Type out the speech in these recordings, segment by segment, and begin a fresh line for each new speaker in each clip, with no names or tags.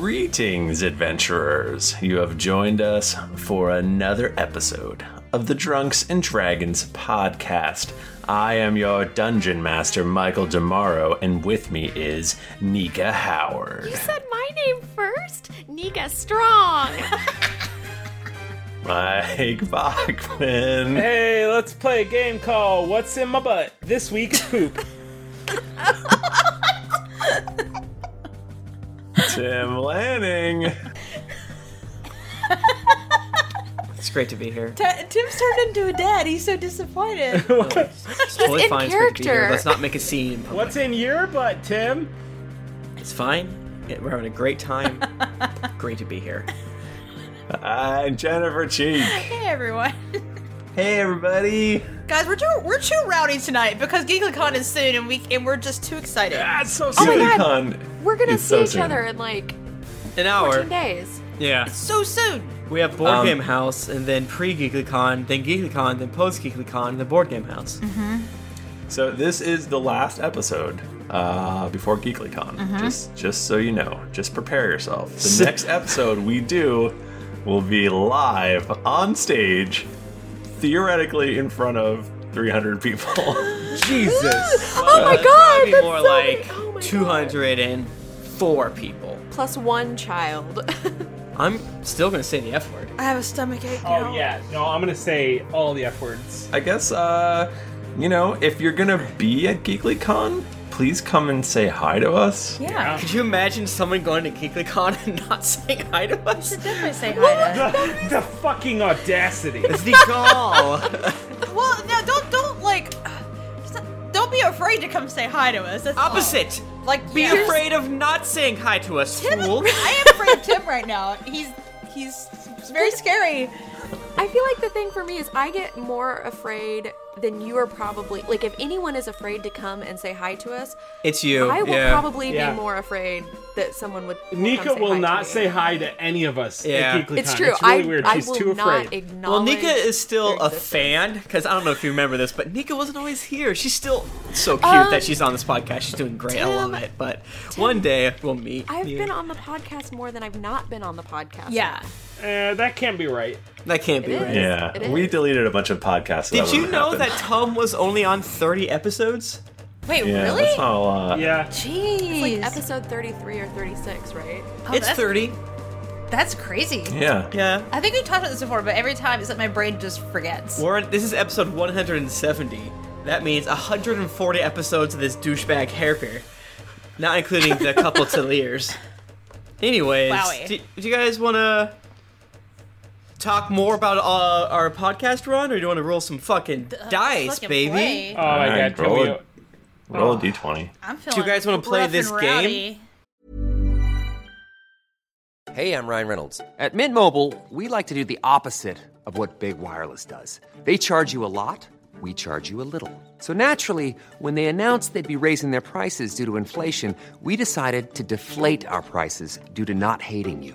Greetings, adventurers. You have joined us for another episode of the Drunks and Dragons podcast. I am your dungeon master, Michael Demaro, and with me is Nika Howard.
You said my name first? Nika Strong.
Mike Bachman.
Hey, let's play a game called What's in My Butt? This week is poop.
Tim Lanning.
It's great to be here.
T- Tim's turned into a dad. He's so disappointed.
It's totally
in
fine. It's great to be here.
character.
Let's not make a scene. in public.
What's in your butt, Tim?
It's fine. Yeah, We're having a great time. great to be here.
I'm Uh, Jennifer Cheek.
hey everyone,
Hey, everybody.
guys, we're too we're too rowdy tonight because GeeklyCon is soon, and we and we're just too excited.
That's so
Oh my
silly.
God.
Con-
We're gonna
It's
see
so
each
soon.
other in like 14
An hour.
days.
Yeah.
So soon.
We have board
Um,
game house, and then pre GeeklyCon, then GeeklyCon, then post GeeklyCon, and then board game house.
Mm.
Mm-hmm.
So this is the last episode uh, before GeeklyCon.
Mm-hmm.
Just just so you know, just prepare yourself. The next episode we do will be live on stage, theoretically in front of 300 people. Uh,
Jesus.
Oh my god!
Be
That's
more
so
like
many- oh my God.
204 people.
Plus one child.
I'm still gonna say the F word.
I have a stomach ache.
Oh, yeah. No, I'm going to say all the F words.
I guess uh, you know if you're gonna be at GeeklyCon, please come and say hi to us.
Yeah.
Could you imagine someone going to GeeklyCon and not saying hi to us?
Definitely say hi to.
The, the fucking audacity.
It's the gall.
Well, no, don't don't like. just not- Don't be afraid to come say hi to us. That's all.
Opposite.
Like
Be
yeah.
afraid of not saying hi to us,
Tim,
fool.
I am afraid of Tim right now. He's he's very scary.
I feel like the thing for me is I get more afraid than you are probably. Like, if anyone is afraid to come and say hi to us,
It's you.
I will
yeah.
probably
Yeah.
be more afraid that someone would. would
Nika
come say
will
hi
not
to
say
me.
hi to any of us
Yeah.
at GeeklyCon.
It's true.
It's really
I,
weird.
I
She's
will
too
not
afraid.
acknowledge.
Well, Nika is still
their
a
existence.
fan because I don't know if you remember this, but Nika wasn't always here. She's still so cute
Um,
that she's on this podcast. She's doing great. I love
Tim-
it. But one day we'll meet.
I've
you.
been on the podcast more than I've not been on the podcast.
Yeah.
Eh, that can't be right.
That can't be
It
right.
is.
Yeah,
It
we
is.
deleted a bunch of podcasts. so
Did
that
you
wouldn't
know
happen.
that Tom was only on 30 episodes?
Wait,
Yeah,
really?
that's not a lot.
Yeah.
Jeez,
Like episode 33 or 36, right?
Oh,
it's
that's-
30.
That's crazy.
Yeah.
Yeah.
I think we talked about this before, but every time it's like my brain just forgets.
Warren, this is episode 170. That means 140 episodes of this douchebag hair pair, not including the couple Taliers. Anyways,
Wowie.
do, do you guys want to talk more about uh, our podcast run, or do you want to roll some fucking dice,
Fucking
baby?
play.
Oh, my
Alright,
God. Can
roll
we-
it. Roll a d20.
I'm feeling.
Do you guys wanna play
rough
this
and
game?
rowdy.
Hey, I'm Ryan Reynolds. At Mint Mobile, we like to do the opposite of what Big Wireless does. They charge you a lot, we charge you a little. So naturally, when they announced they'd be raising their prices due to inflation, we decided to deflate our prices due to not hating you.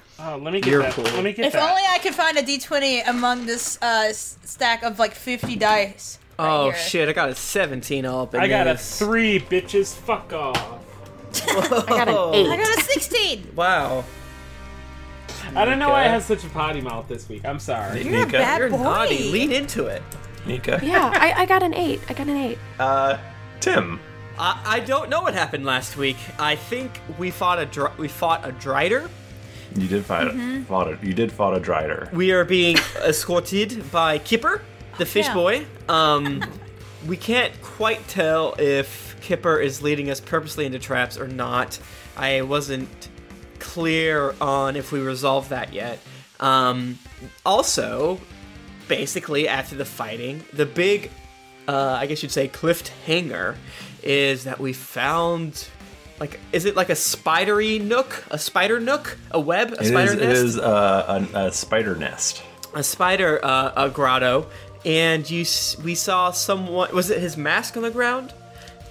Oh, let me get
You're
that.
cool.
Let me get
If
that.
only I could find a d20 among this uh, s- stack of like 50 dice.
oh shit! I got a 17 all up. In
I got a
this.
three, bitches. Fuck off.
I got an
Oh. I got a 16.
Wow.
I don't know why I
Okay.
had such a potty mouth this week. I'm sorry.
You're a Nika. bad You're boy. naughty. Lean
into it.
Nika.
Yeah, I, I got an eight. I got an eight.
Uh, Tim.
I, I don't know what happened last week. I think we fought a dr- we fought a drider.
You did fight
Mhm.
a fought a, you did fought a drider.
We are being escorted by Kipper, the fish
Yeah.
boy. Um, we can't quite tell if Kipper is leading us purposely into traps or not. I wasn't clear on if we resolved that yet. Um, also, basically, after the fighting, the big, uh, I guess you'd say, cliffhanger is that we found. Like, is it like a spidery nook? A spider nook? A web? A
It
spider
is, it
nest?
is uh, a, a spider nest.
a spider uh, a grotto, and you s- we saw someone. Was it his mask on the ground?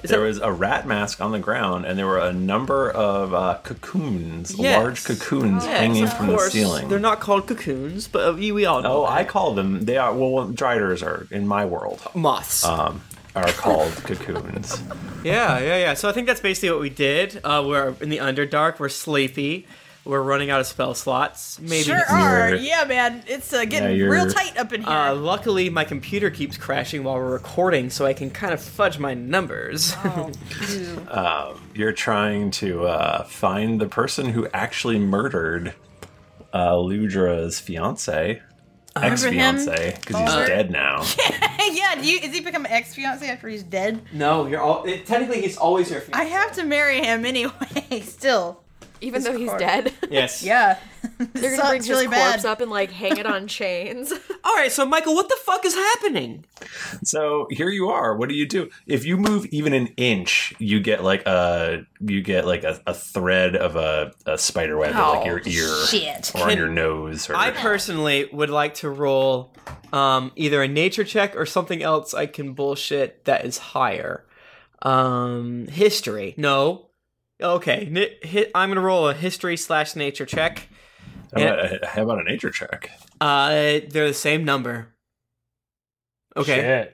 Is
there
that-
was a rat mask on the ground, and there were a number of uh, cocoons, large
Yes. Oh,
cocoons
Yes,
hanging
of
from
course.
the ceiling.
They're not called cocoons, but uh, we, we all know.
Oh, I call them. They are well, driders are in my world.
Moths
um, are called cocoons.
yeah, yeah, yeah. So I think that's basically what we did. Uh, we're in the Underdark. We're sleepy. We're running out of spell slots. Maybe
Sure are. Yeah, man. It's uh, getting
Yeah,
real
you're-
tight up in here.
Uh, luckily, my computer keeps crashing while we're recording, so I can kind of fudge my numbers.
Uh, you're trying to uh, find the person who actually murdered uh, Ludra's fiance,
I remember
ex
him.
fiance, because uh, he's
Uh,
dead now.
yeah, do you, is he become ex fiance after he's dead?
no, you're all. It, technically, he's always your.
I have to marry him anyway, still.
Even though he's
dead? Yes.
Yeah.
They're gonna
Sucks
bring his
really bad.
corpse up and like hang it on chains.
All right, so Michael, what the fuck is happening?
So here you are. What do you do? If you move even an inch, you get like a you get like a, a thread of a, a spider web, in, like
Oh,
your ear,
shit.
or on
Can-
your nose, or
I personally would like to roll um, either a nature check or something else I can bullshit that is higher. Um, history. No. Okay. Ni- hi- I'm going to roll a history slash nature check.
How about, a, how about a nature check?
Uh, they're the same number. Okay.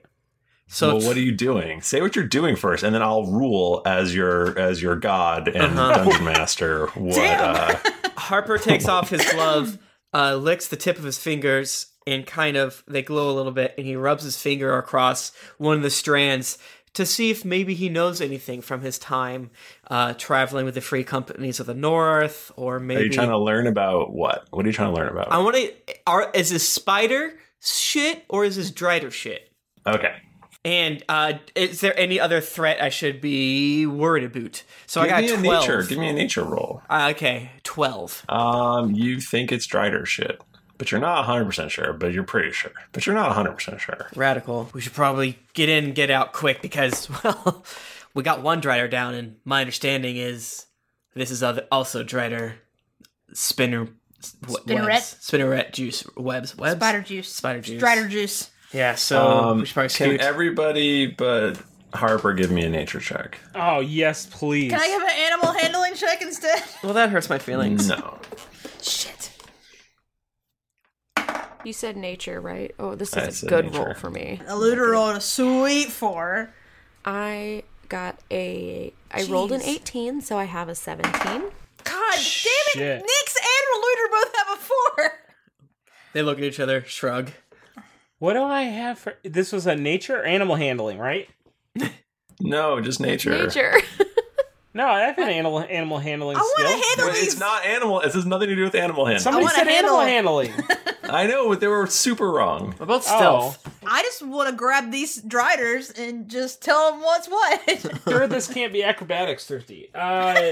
So
well, what are you doing? Say what you're doing first, and then I'll rule as your as your god and
Uh-huh.
dungeon master. What? Uh,
Harper takes off his glove, uh, licks the tip of his fingers, and kind of they glow a little bit. And he rubs his finger across one of the strands to see if maybe he knows anything from his time uh, traveling with the free companies of the North, or maybe
Are you trying to learn about what? What are you trying to learn about?
I want to. Are is this spider shit or is this drider shit?
okay.
And uh, is there any other threat I should be worried about? So
Give
I got
me a
twelve.
nature. Give me a nature roll.
Uh, okay, twelve.
Um, you think it's Drider shit, but you're not 100 percent sure. But you're pretty sure. But you're not 100 percent sure.
Radical. We should probably get in, and get out quick because, well, we got one Drider down, and my understanding is this is other, also Drider spinner w-
Spinneret?
webs, spinneret juice webs webs
Spider juice.
spider juice
Strider juice.
Yeah, so
Um,
we should probably
can
scoot.
everybody but Harper give me a nature check?
Oh yes, please.
Can I have an animal handling check instead?
well, that hurts my feelings.
No,
Shit.
You said nature, right? Oh, this
I
is a
said
good
nature.
roll for me.
Eluder on a sweet four.
I got a. I rolled an
Jeez.
18, so I have a 17.
God damn it!
Shit.
Nix and Eluder both have a four.
They look at each other, shrug.
What do I have for this? Was a nature or animal handling, right?
no, just nature.
no, I have an animal animal handling. I
wanna
skill.
handle But it's these- not animal. This has nothing to do with animal handling.
Somebody said animal handling.
I know, but they were super wrong.
About
stealth?
Oh.
I just want to grab these Driders and just tell them what's what.
sure, this can't be acrobatics, Thrifty. Uh,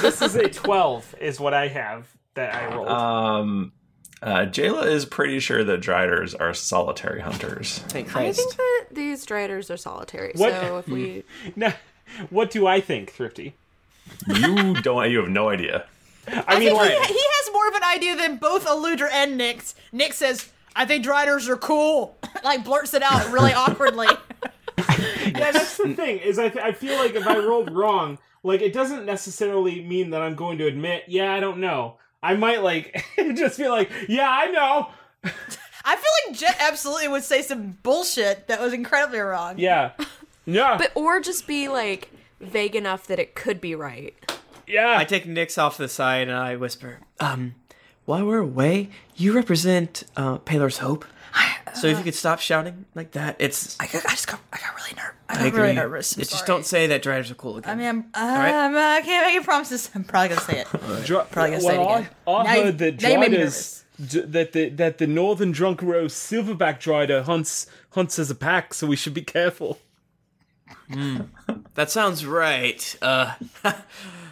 this is a 12, is what I have that I rolled.
Um, Uh, Jayla is pretty sure that Driders are solitary hunters. Thank
I think that these driders are solitary.
What?
So if we
No, what do I think, Thrifty?
You don't. You have no idea.
I, mean,
think he,
like,
he has more of an idea than both Eludra and Nyx. Nyx says, I think Driders are cool. like, blurts it out really awkwardly.
yeah, that's the thing is I, th- I feel like if I rolled wrong, like it doesn't necessarily mean that I'm going to admit, yeah, I don't know. I might like just be like, yeah, I know.
I feel like Jet absolutely would say some bullshit that was incredibly wrong.
Yeah. Yeah.
But or just be like vague enough that it could be right.
Yeah.
I take Nyx off the side and I whisper, um, while we're away, you represent uh, Paler's Hope. So
uh,
Uh.
if you could stop shouting like that, it's. I, just got, I got really nervous.
I got really nervous. I'm
It's just
sorry.
don't say that drivers are cool again.
I mean, I'm, uh,
All right.
I'm, uh, I can't make any promises. I'm probably gonna say it.
Dr-
Probably gonna say it
well,
again.
I, I
Now you-
heard that
now you made me
Dryda's d- that the that the northern drunk row silverback Dryda hunts hunts as a pack, so we should be careful.
Hmm.
That sounds right. Uh,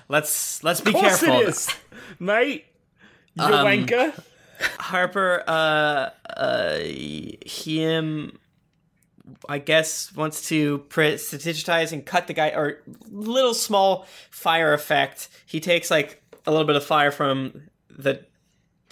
let's let's be
Of course
careful,
it is, mate. You
Um,
wanker.
Harper. Uh, uh, him. I guess wants to print, digitize and cut the guy or little small fire effect. He takes like a little bit of fire from the.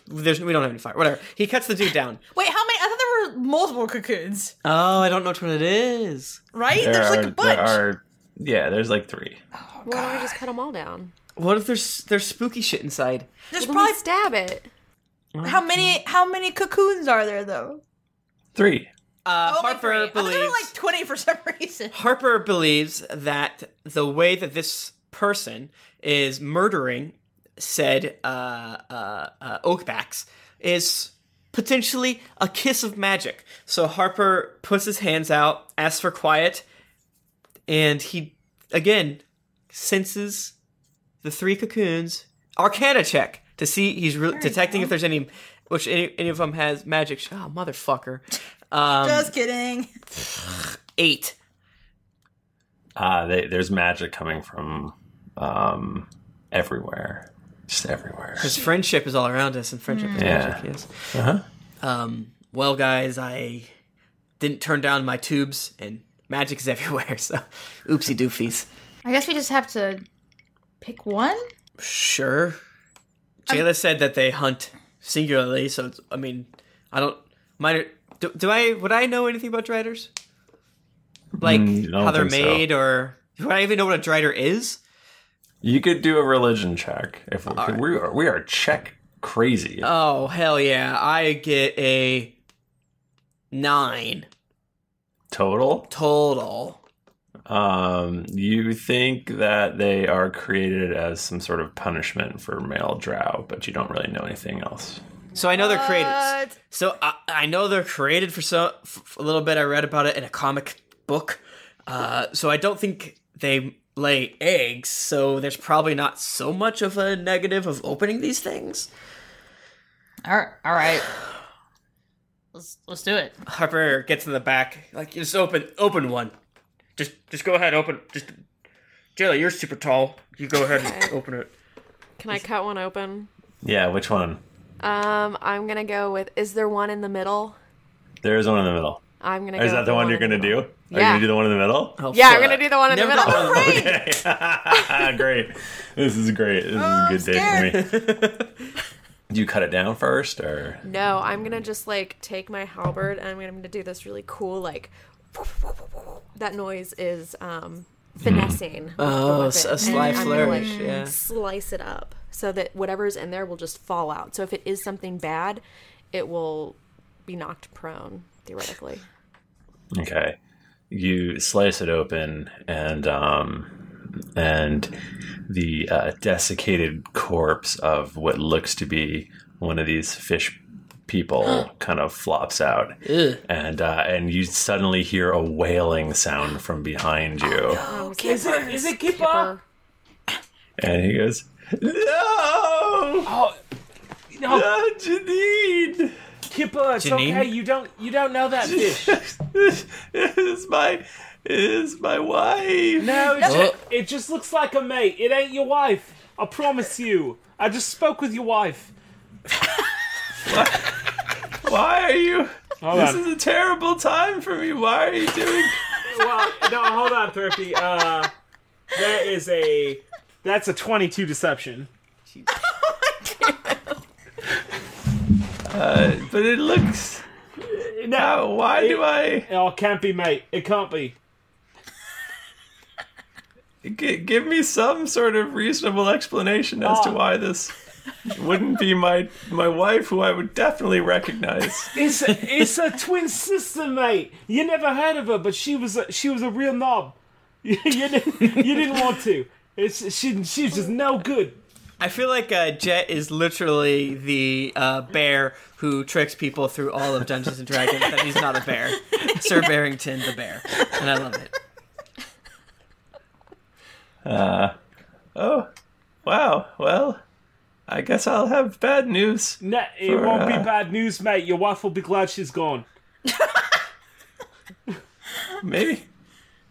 There's we don't have any fire. Whatever. He cuts the dude down.
Wait, how many? I thought there were multiple cocoons,
Oh, I don't know which one it is.
right?
There
There's
are,
like a bunch.
There are, yeah, there's like three.
Oh,
Why don't we just cut them all down?
What if there's there's spooky shit inside?
There's
Well, then we
probably
stab it.
how many? How many cocoons are there though?
Three.
Uh,
Only
Harper
three. Oh, I thought there were
believes-
like twenty for some reason.
Harper believes that the way that this person is murdering said uh, uh, uh, Oakbacks is potentially a kiss of magic. So Harper puts his hands out, asks for quiet, and he again senses the three cocoons. Arcana check to see he's re- detecting if there's any, which any, any of them has magic. sh- Oh, motherfucker! Um,
Just kidding.
eight.
Uh, they, there's magic coming from um, everywhere, just everywhere.
Because friendship is all around us, and friendship is
Yeah.
magic. Yes.
Uh-huh.
Um, well, guys, I didn't turn down my tubes, and magic is everywhere. So, oopsie doofies.
I guess we just have to pick one.
Sure. Jayla said that they hunt singularly, so it's, I mean, I don't. My, do, do I? Would I know anything about driders? Like
Mm, I don't
how they're
think so.
made, or do I even know what a drider is?
You could do a religion check if we, we are we are check crazy.
Oh hell yeah! I get a nine
Total.
total.
Um, you think that they are created as some sort of punishment for male drow, but you don't really know anything else.
So I know they're created. So I, I know they're created for so f- f- a little bit. I read about it in a comic book. Uh, so I don't think they lay eggs. So there's probably not so much of a negative of opening these things.
All right, all right. Let's let's do it.
Harper gets in the back, like just open, open one. Just, just go ahead, open. Just, Jayla, you're super tall. You go ahead and open it.
Can I cut one open?
Yeah, which one?
Um, I'm gonna go with. Is there one in the middle?
There is one in the middle.
I'm gonna.
Is
go
that
with
the one Oh, you're
in
gonna do? Are you
Yeah.
gonna do the one in the middle?
the- Yeah, I'm gonna do the one in the middle.
Okay. great. This is great.
Oh,
This is a good day for me. do you cut it down first or
No, I'm gonna just like take my halberd and I'm gonna do this really cool like. That noise is um finessing. with the
Oh, s-
weapon.
a sly
And I'm gonna,
flourish, yeah.
Slice it up so that whatever's in there will just fall out. So if it is something bad, it will be knocked prone theoretically.
Okay. You slice it open and um and the uh, desiccated corpse of what looks to be one of these fish people kind of flops out.
Ugh.
And uh, and you suddenly hear a wailing sound from behind you.
Oh,
is it is it Kipper?
And he goes, No! Oh,
no,
Janine!
Kipper, it's
Janine?
okay. You don't you don't know that fish.
It's my it's my wife.
No, it's
Oh.
it just looks like a mate. It ain't your wife. I promise you. I just spoke with your wife.
Why are you?
Hold
this
on.
is a terrible time for me. Why are you doing?
well, no, hold on, Thrifty. Uh, that is a that's a twenty-two deception.
Uh, but it looks.
No,
why do I?
Oh, can't be, mate. It can't be.
G- give me some sort of reasonable explanation as to why this wouldn't be my my wife, who I would definitely recognize.
It's a, it's a twin sister, mate. You never heard of her, but she was a, she was a real knob. you, didn't, you didn't want to. It's she she's just no good.
I feel like uh, Jet is literally the uh, bear who tricks people through all of Dungeons and Dragons that he's not a bear. Sir Barrington the bear, and I love it.
Uh, oh, wow. Well, I guess I'll have bad news.
No, it
for,
won't be
uh,
bad news, mate. Your wife will be glad she's gone.
Maybe.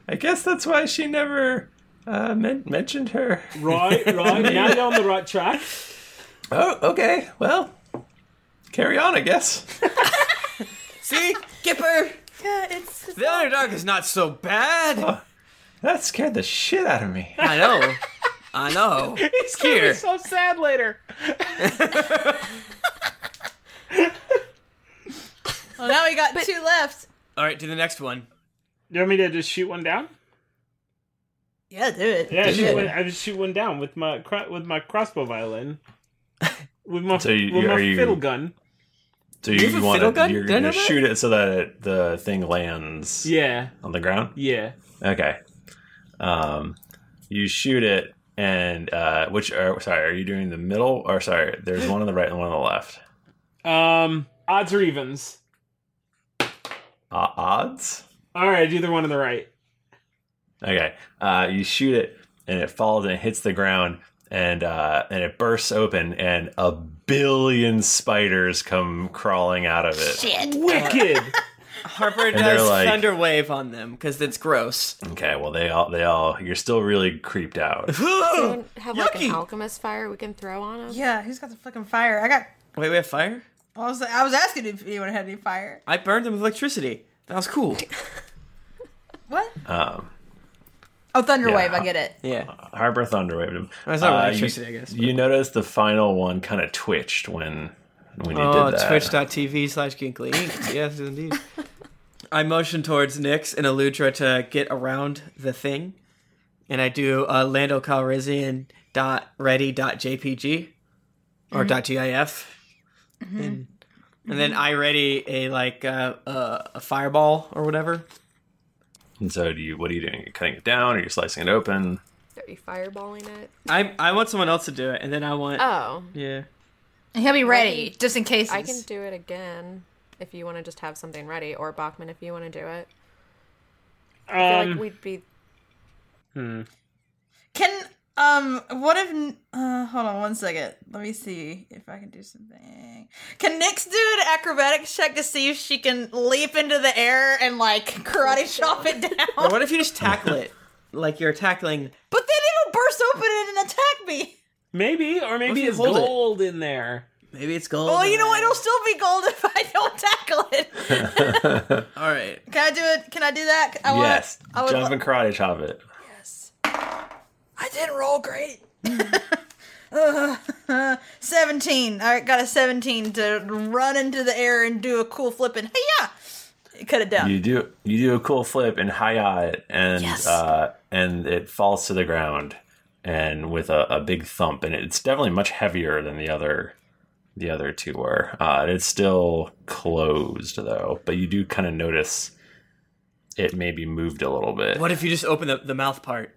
I guess that's why she never uh, men- mentioned her.
Right, right. now you're on the right track.
Oh, okay. Well, carry on, I guess.
See, Kipper,
Yeah, it's.
the Underdark is not so bad.
Oh, that scared the shit out of me.
I know. I know.
It's
Oh, Here.
so sad later.
Well, Oh, now we got two left.
All right, do the next one.
You want me to just shoot one down?
Yeah, do it.
Yeah, I
Yeah.
shoot one, I just shoot one down with my cro- with my crossbow violin. With my,
So you-
with
you-
my
are you-
fiddle gun.
So
You have
you
a
want
fiddle
to
gun?
you're
Did I
gonna
know that?
shoot it so that it, the thing lands
Yeah.
on the ground.
Yeah.
Okay. Um, you shoot it, and uh, which are sorry, are you doing the middle or sorry? There's one on the right and one on the left.
Um odds or evens.
Uh, odds.
Alright, do the one on the right.
Okay. Uh, you shoot it, and it falls and it hits the ground, and uh, and it bursts open, and a billion spiders come crawling out of it.
Wicked.
Harper
And they're
does
like-
thunder wave on them because it's gross.
Okay. Well, they all they all you're still really creeped out. Uh,
Someone have like an alchemist fire we can throw on him.
Yeah, who's got the fucking fire? I got.
Wait, we have fire?
I was I was asking if anyone had any fire.
I burned them with electricity. That was cool.
Um,
Oh, thunder
Yeah.
wave. I get it.
yeah.
Harbor Thunder waved him. Uh,
That's not really
you-
electricity, I guess,
You noticed the final one kind of twitched when when you
oh,
did that.
twitch.tv slash ginkly inc. yes, indeed. I motion towards Nyx and Aludra to get around the thing, and I do uh, Lando Calrissian dot ready dot jpg or
Mhm.
dot gif,
Mm-hmm.
and, and then I ready a like uh, uh, a fireball or whatever.
And so, do you? What are you doing? You're cutting it down, or you're slicing it open?
Are you fireballing it?
I I want someone else to do it, and then I want
Oh.
yeah.
He'll be
Maybe
ready just in case.
I can do it again if you want to just have something ready, or Bachman if you want to do it. I feel
Um,
like we'd be.
Hmm.
Can um what if uh hold on one second. Let me see if I can do something. Can Nyx do an acrobatics check to see if she can leap into the air and like karate chop it down?
Or what if you just tackle it like you're tackling?
But then it'll burst open and attack me.
Maybe, or
What if
maybe
you
it's
hold it?
gold in there.
Maybe it's gold.
Well, you know what? It'll still be gold if I don't tackle it.
All right.
Can I do it? Can I do that? I want-
yes,
I would.
jump and karate chop it.
I didn't roll great. Ugh. 17. I got a 17 to run into the air and do a cool flipping. Hey, yeah! Cut it down.
You do you do a cool flip and hi it, and uh, and it falls to the ground, and with a, a big thump, and it's definitely much heavier than the other the other two were. Uh, and it's still closed though, but you do kind of notice it maybe moved a little bit.
What if you just open the, the mouth part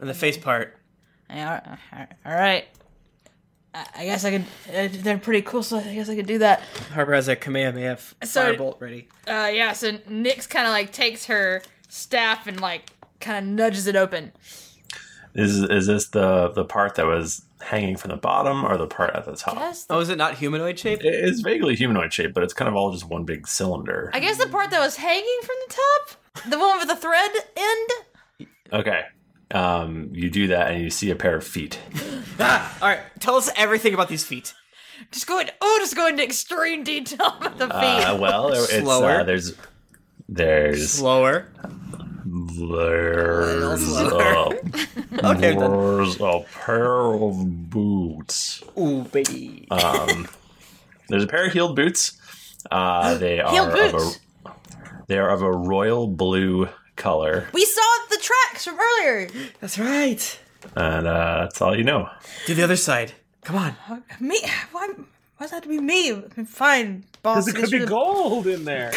and the face part?
Yeah, all right. all right. I I guess I could. Uh, they're pretty cool, so I guess I could do that.
Harbor has a Kamehameha f-
So-
firebolt ready.
Uh, yeah, so Nyx kind of like takes her staff and like kind of nudges it open.
Is is this the the part that was hanging from the bottom or the part at the top?
Yes.
Oh, is it not humanoid shape?
It is vaguely humanoid shaped, but it's kind of all just one big cylinder.
I guess the part that was hanging from the top, the one with the thread end.
Okay. Um, you do that and you see a pair of feet.
Ah, All right, tell us everything about these feet.
Just go into oh, just go into extreme detail with the feet.
Uh, well, it's
Slower.
uh, there's there's
slower.
There's
slower.
a,
Okay, then.
there's a pair of boots.
Ooh, baby.
Um, there's a pair of heeled boots. Uh, they are
Heeled
of
boots.
a they are of a royal blue color,
We saw the tracks from earlier.
That's right.
and uh, that's all you know.
Do the other side. Come on.
Me? Why? Why does that have to be me? I mean, fine, boss. Uh,
Because it could be gold in there.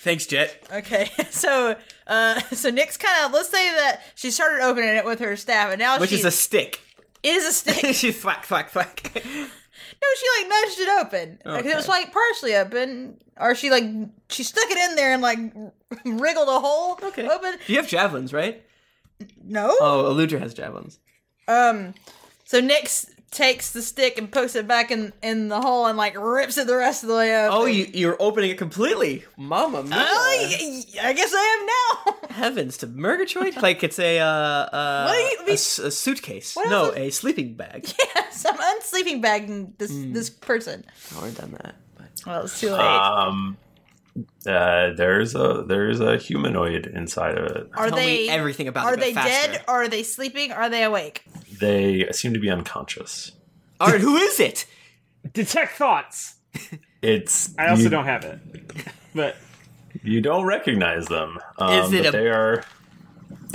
Thanks, Jet.
Okay, so uh, so Nick's kind of let's say that she started opening it with her staff, and now
Which
Oh, she's
is a stick.
it is a stick.
she thwack, thwack, thwack.
No, she like nudged it open. Like,
Okay.
It was like partially open, or she like she stuck it in there and like wriggled a hole okay. open.
You have javelins, right?
No.
Oh, Eludra has javelins.
Um, so Nick s- takes the stick and pokes it back in in the hole and like rips it the rest of the way up.
Oh, you, you're opening it completely. Mama mia.
Oh, y- y- I guess I am now.
Heavens to Murgatroyd. like it's a, uh, uh,
What do you-
a, s- a suitcase.
What
no,
else
a sleeping bag.
Some unsleeping bagging this
Hmm.
this person.
I already done that.
Well, it's too late.
Um, uh, there's a there's a humanoid inside of it.
are
tell
they
me everything about it,
Are
but
they
faster.
dead? Are they sleeping? Are they awake?
They seem to be unconscious.
All right, who is it?
Detect thoughts.
It's
I also
you-
don't have it. But
You don't recognize them. Um,
Is it
but
a-
they are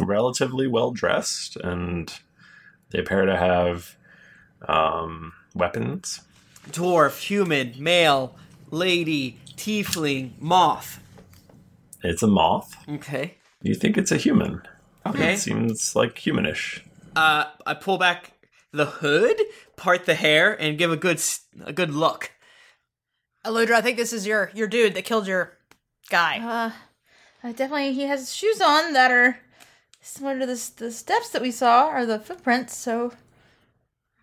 relatively well dressed, and they appear to have um, weapons.
Dwarf, human, male, lady, tiefling, moth.
It's a moth.
Okay.
You think it's a human?
Okay.
It seems like humanish.
Uh, I pull back the hood, part the hair, and give a good s- a good look.
Eludra, I think this is your your dude that killed your guy.
Uh, uh, definitely, he has shoes on that are similar to the s- the steps that we saw or the footprints. So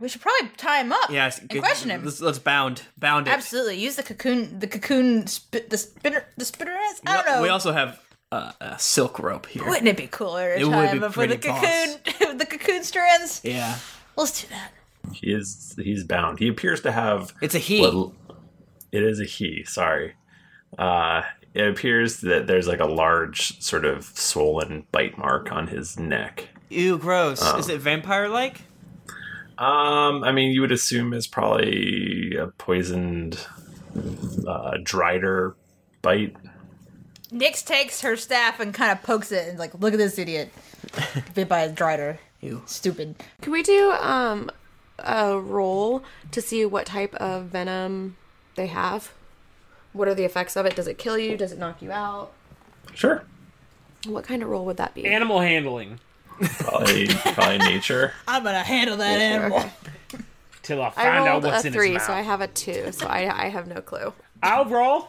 We should probably tie him up.
Yes.
and question him.
Let's, let's bound bound it.
Absolutely. Use the cocoon. The cocoon. Sp- the spinner. The spinnerets. I don't know.
We also have uh, a silk rope here.
Wouldn't it be cooler
It
to
would
tie
be
him up with the
pretty
cocoon? the cocoon strands.
Yeah.
Let's do that.
He is he's bound. He appears to have
It's a he.
Well, it is a he, sorry. Uh it appears that there's like a large sort of swollen bite mark on his neck.
Ew, gross. Is it vampire like?
Um I mean you would assume it's probably a poisoned uh drider bite.
Nyx takes her staff and kind of pokes it and like, look at this idiot. Bit by a drider.
Ew.
Stupid.
Can we do um a roll to see what type of venom they have? What are the effects of it? Does it kill you? Does it knock you out?
Sure.
What kind of roll would that be?
animal handling.
Probably probably nature.
I'm gonna handle that animal.
Till I
I
find out
rolled
what's
a
in
three,
his mouth.
so I have a two, so I, I have no clue.
I'll roll.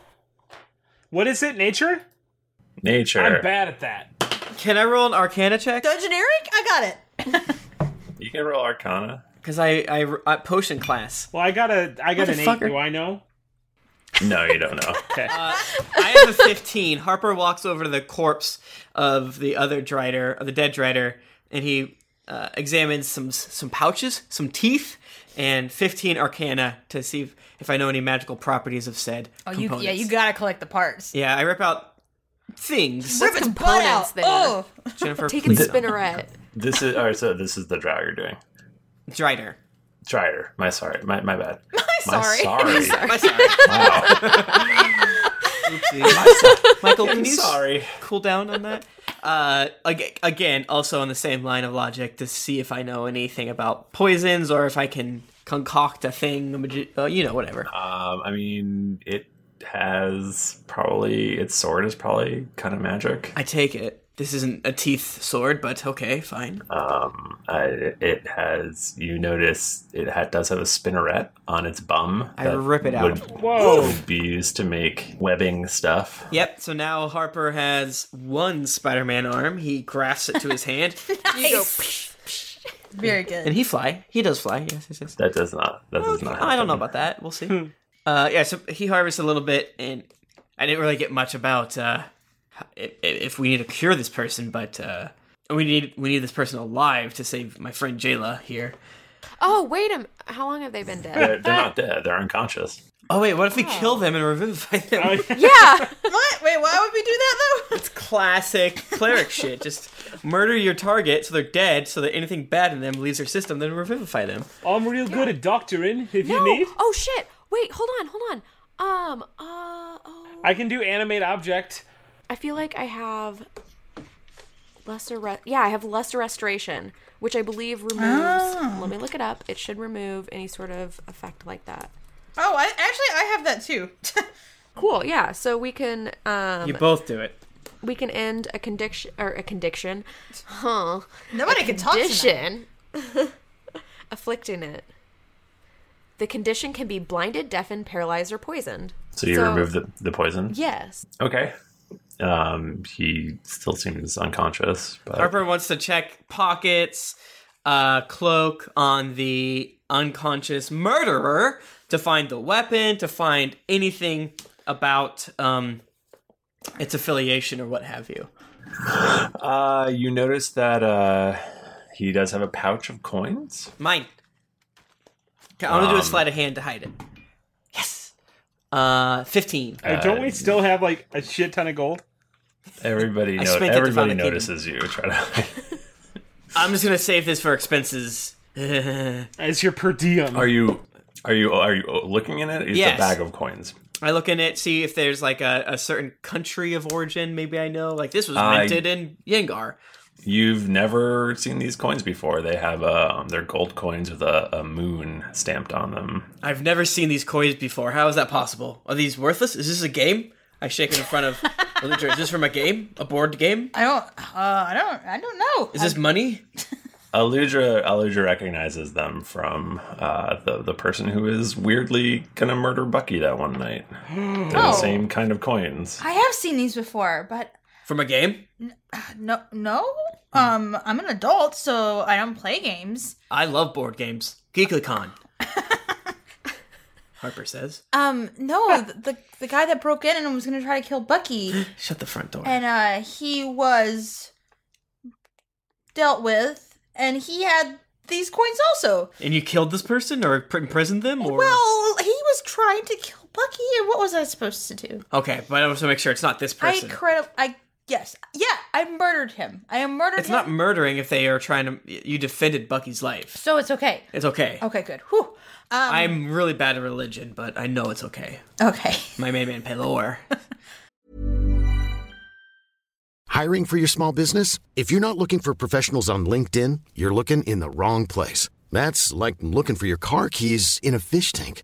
What is it? Nature?
Nature.
I'm bad at that.
Can I roll an Arcana check?
Dungeoneering? I got it.
You can roll arcana.
Because I, I, uh, potion class.
Well, I got a I got an eight.
Motherfucker. Uh,
Do I know?
No, you don't know.
Okay.
I have a 15. Harper walks over to the corpse of the other Drider, of the dead Drider, and he uh, examines some some pouches, some teeth, and 15 Arcana to see if, if I know any magical properties of said
Oh, you,
components.
yeah, you gotta collect the parts.
Yeah, I rip out things.
Rip its butt
components
out.
there.
Oh,
Jennifer,
Take
please
its
don't.
spinneret.
this is all right, so this is the drow you're doing.
Drider.
Drider. My sorry. My my bad. My,
sorry.
sorry.
My sorry.
Wow.
Oopsie. Michael, can you s-
sorry.
cool down on that? Uh, ag- again, also on the same line of logic to see if I know anything about poisons or if I can concoct a thing, a magi- uh, you know, whatever.
Um, I mean, it has probably its sword is probably kind of magic.
I take it. This isn't a teeth sword, but okay, fine.
Um, I, it has. You notice it ha- does have a spinneret on its bum.
I
that
rip it out.
Would,
Whoa.
would be used to make webbing stuff.
Yep, so now Harper has one Spider Man arm. He grasps it to his hand
very
and
good.
he fly. He does fly. Yes, yes, yes.
That does not. That does not. Happen.
I don't know about that. We'll see. uh, yeah, so he harvests a little bit, and I didn't really get much about uh, how- i- i- if we need to cure this person, but uh, we need we need this person alive to save my friend Jayla here.
Oh, wait a minute. How long have they been dead?
They're, they're not dead. They're unconscious. Oh,
Oh wait, what if we kill them and revivify them?
yeah.
What? Wait, why would we do that though?
It's classic cleric shit. Just murder your target so they're dead, so that anything bad in them leaves their system, then revivify them.
I'm real good at doctoring. If
no.
you need,
Oh shit. Wait, hold on, hold on. Um, uh, oh,
I can do animate object.
I feel like I have lesser re- yeah, I have lesser restoration, which I believe removes.
Oh.
Let me look it up. It should remove any sort of effect like that.
Oh, I actually I have that too.
Cool. Yeah, so we can um
You both do it.
we can end a condition or a condition. Huh.
Nobody
a
can talk tonight.
condition. afflicting it. The condition can be blinded, deafened, paralyzed, or poisoned.
So you remove the, the poison?
Yes.
Okay. Um, he still seems unconscious, but
Harper wants to check pockets, uh, cloak on the unconscious murderer to find the weapon, to find anything about um, its affiliation or what have you.
uh, you notice that uh, he does have a pouch of coins.
Mine. Okay, I'm gonna do a
Um,
sleight of hand to hide it. Yes. Uh, fifteen.
Hey, don't we still have like a shit ton of gold?
Everybody,
I
know,
spent it to find
everybody
the kingdom.
notices you. Try to.
I'm just gonna save this for expenses.
As your per diem.
Are you? Are you? Are you looking in it? It's
Yes.
a bag of coins.
I look in it, see if there's like a, a certain country of origin. Maybe I know. Like this was
I-
minted in Yengar.
You've never seen these coins before. They have um, they're gold coins with a, a moon stamped on them.
I've never seen these coins before. How is that possible? Are these worthless? Is this a game? I shake it in front of. Literature. Is this from a game? A board game?
I don't. Uh, I don't. I don't know.
Is this money?
Aludra Aludra recognizes them from uh, the the person who is weirdly gonna murder Bucky that one night. They're the
Oh.
same kind of coins.
I have seen these before, but uh,
From a game?
no, no. Um, I'm an adult, so I don't play games.
I love board games. GeeklyCon. Harper says.
Um, no, the, the the guy that broke in and was gonna try to kill Bucky,
Shut the front door.
and uh, he was dealt with, and he had these coins also.
And you killed this person or pr- imprisoned them? Or...
Well, he was trying to kill Bucky, and what was I supposed to do?
Okay, but I want to make sure it's not this person.
I credit. I yes, yeah. I murdered him. I murdered
It's
him.
not murdering if they are trying to. You defended Bucky's life.
so it's okay.
It's okay.
Okay, good. Whew. Um,
I'm really bad at religion, but I know it's okay.
okay.
My main man, Pelor.
Hiring for your small business? If you're not looking for professionals on LinkedIn, you're looking in the wrong place. That's like looking for your car keys in a fish tank.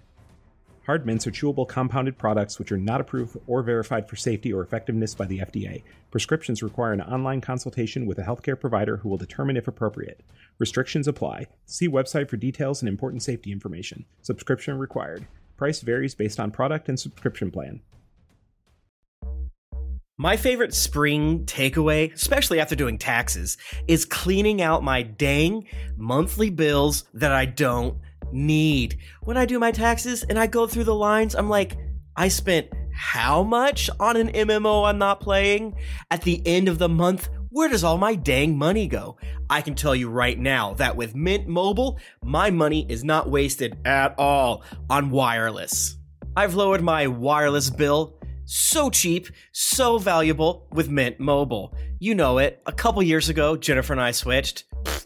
Hard mints are chewable compounded products which are not approved or verified for safety or effectiveness by the FDA. Prescriptions require an online consultation with a healthcare provider who will determine if appropriate. Restrictions apply. See website for details and important safety information. Subscription required. Price varies based on product and subscription plan.
My favorite spring takeaway, especially after doing taxes, is cleaning out my dang monthly bills that I don't need. When I do my taxes and I go through the lines, I'm like, I spent
how much on an MMO I'm not playing? At the end of the month, where does all my dang money go? I can tell you right now that with Mint Mobile, my money is not wasted at all on wireless. I've lowered my wireless bill so cheap, so valuable with Mint Mobile. You know it. A couple years ago, Jennifer and I switched. Pfft,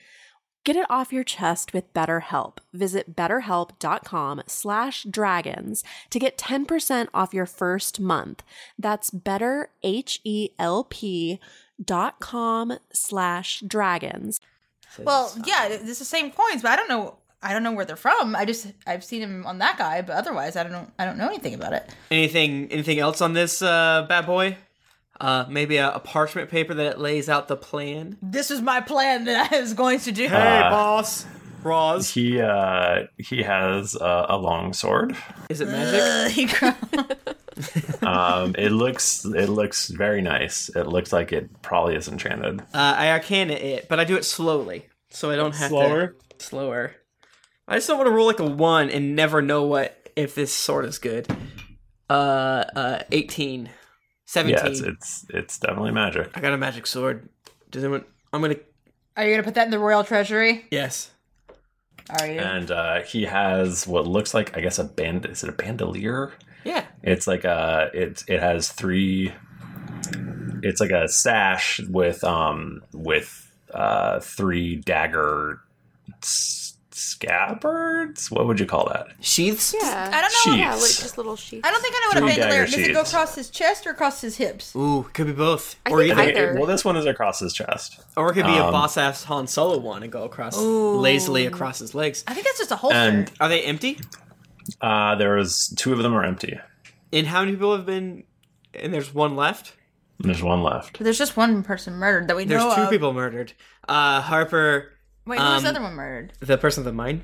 Get it off your chest with BetterHelp. Visit betterhelp.com slash dragons to get 10% off your first month. That's betterhelp.com slash dragons.
Well, yeah, th- it's the same coins, but I don't know. I don't know where they're from. I just I've seen him on that guy, but otherwise I don't I don't know anything about it.
Anything anything else on this uh, bad boy? Uh, maybe a, a parchment paper that lays out the plan.
This is my plan that I was going to do.
Hey, boss. Roz.
He uh he has uh, a long sword.
Is it magic?
Um it looks it looks very nice. It looks like it probably is enchanted.
Uh, I arcana it, but I do it slowly, so I don't have
Slower?
to slower. I just don't want to roll like a one and never know what if this sword is good. Uh, uh, eighteen. Seventeen.
Yeah, it's, it's it's definitely magic.
I got a magic sword. Does anyone? I'm gonna.
Are you gonna put that in the royal treasury?
Yes.
Are you?
And uh he has what looks like I guess a band is it a bandolier?
Yeah.
It's like a it it has three. It's like a sash with um with uh three dagger s- scabbards. What would you call that?
Sheaths.
Yeah.
I don't know.
Sheaths. Yeah, like just
little sheaths.
I don't think I know what a
Three
bandolier
dagger
is. Does it go
sheaths.
across his chest or across his hips?
Ooh, could be both.
I
or
think
either.
either.
Well, this one is across his chest.
Or it could be a
Um,
boss ass Han Solo one and go across
Ooh.
lazily across his legs.
I think that's just a holster.
And
are they empty?
Uh, there was two of them are empty.
And how many people have been? And there's one left.
And there's one left.
But there's just one person murdered that we
There's
know
two
of.
people murdered. Uh, Harper.
Wait, who was the
um,
other one murdered?
The person with the mine.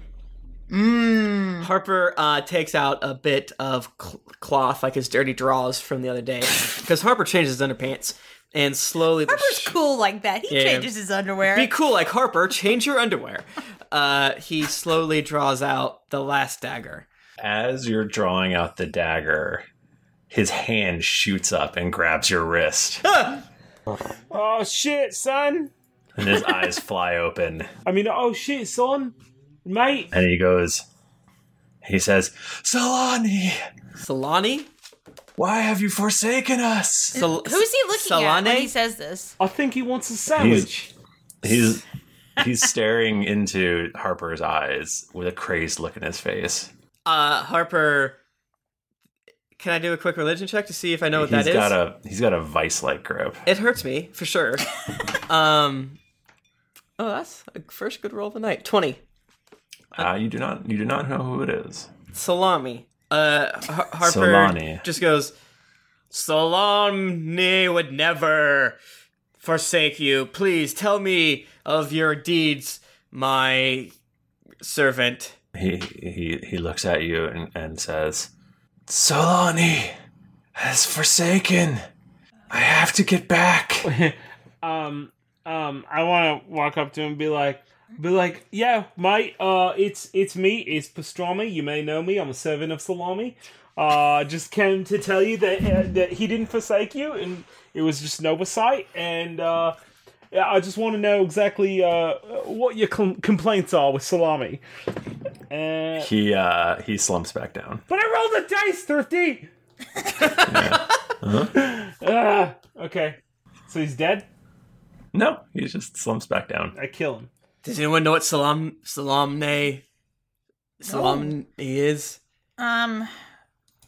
Mm.
Harper uh, takes out a bit of cl- cloth, like his dirty draws from the other day, because Harper changes his underpants and slowly. the
Harper's cool like that. He
Yeah.
changes his underwear.
Be cool like Harper. Change your underwear. Uh, he slowly draws out the last dagger.
As you're drawing out the dagger, his hand shoots up and grabs your wrist,
Oh shit, son!
and his eyes fly open,
I mean, oh shit, son, mate.
and he goes. He says, "Solani."
Solani.
Why have you forsaken us?
Who is he looking at when
Solane?
he says this?
I think he wants a
He's he's, he's staring into Harper's eyes with a crazed look in his face.
Uh, Harper, can I do a quick religion check to see if I know what
He's
that is?
got a he's got a vice like grip.
It hurts me for sure. um, oh, that's a first good roll of the night. Twenty
Uh, you do not you do not know who it is.
salami. Uh, Har- Harper
Solani.
just goes. Salami would never forsake you. Please tell me of your deeds, my servant.
He he he looks at you and, and says, Solani has forsaken. I have to get back.
um um I want to walk up to him and be like be like, "Yeah, mate, uh it's it's me, it's Pastrami. You may know me. I'm a servant of Salami. Uh just came to tell you that uh, that he didn't forsake you and it was just an oversight and uh yeah, I just want to know exactly uh what your com- complaints are with Salami." Uh,
He uh he slumps back down.
but I rolled a dice, Thrifty. Ah, okay. So he's dead.
No, he just slumps back down.
I kill him.
Does anyone know what salam salamne salamne is?
Um,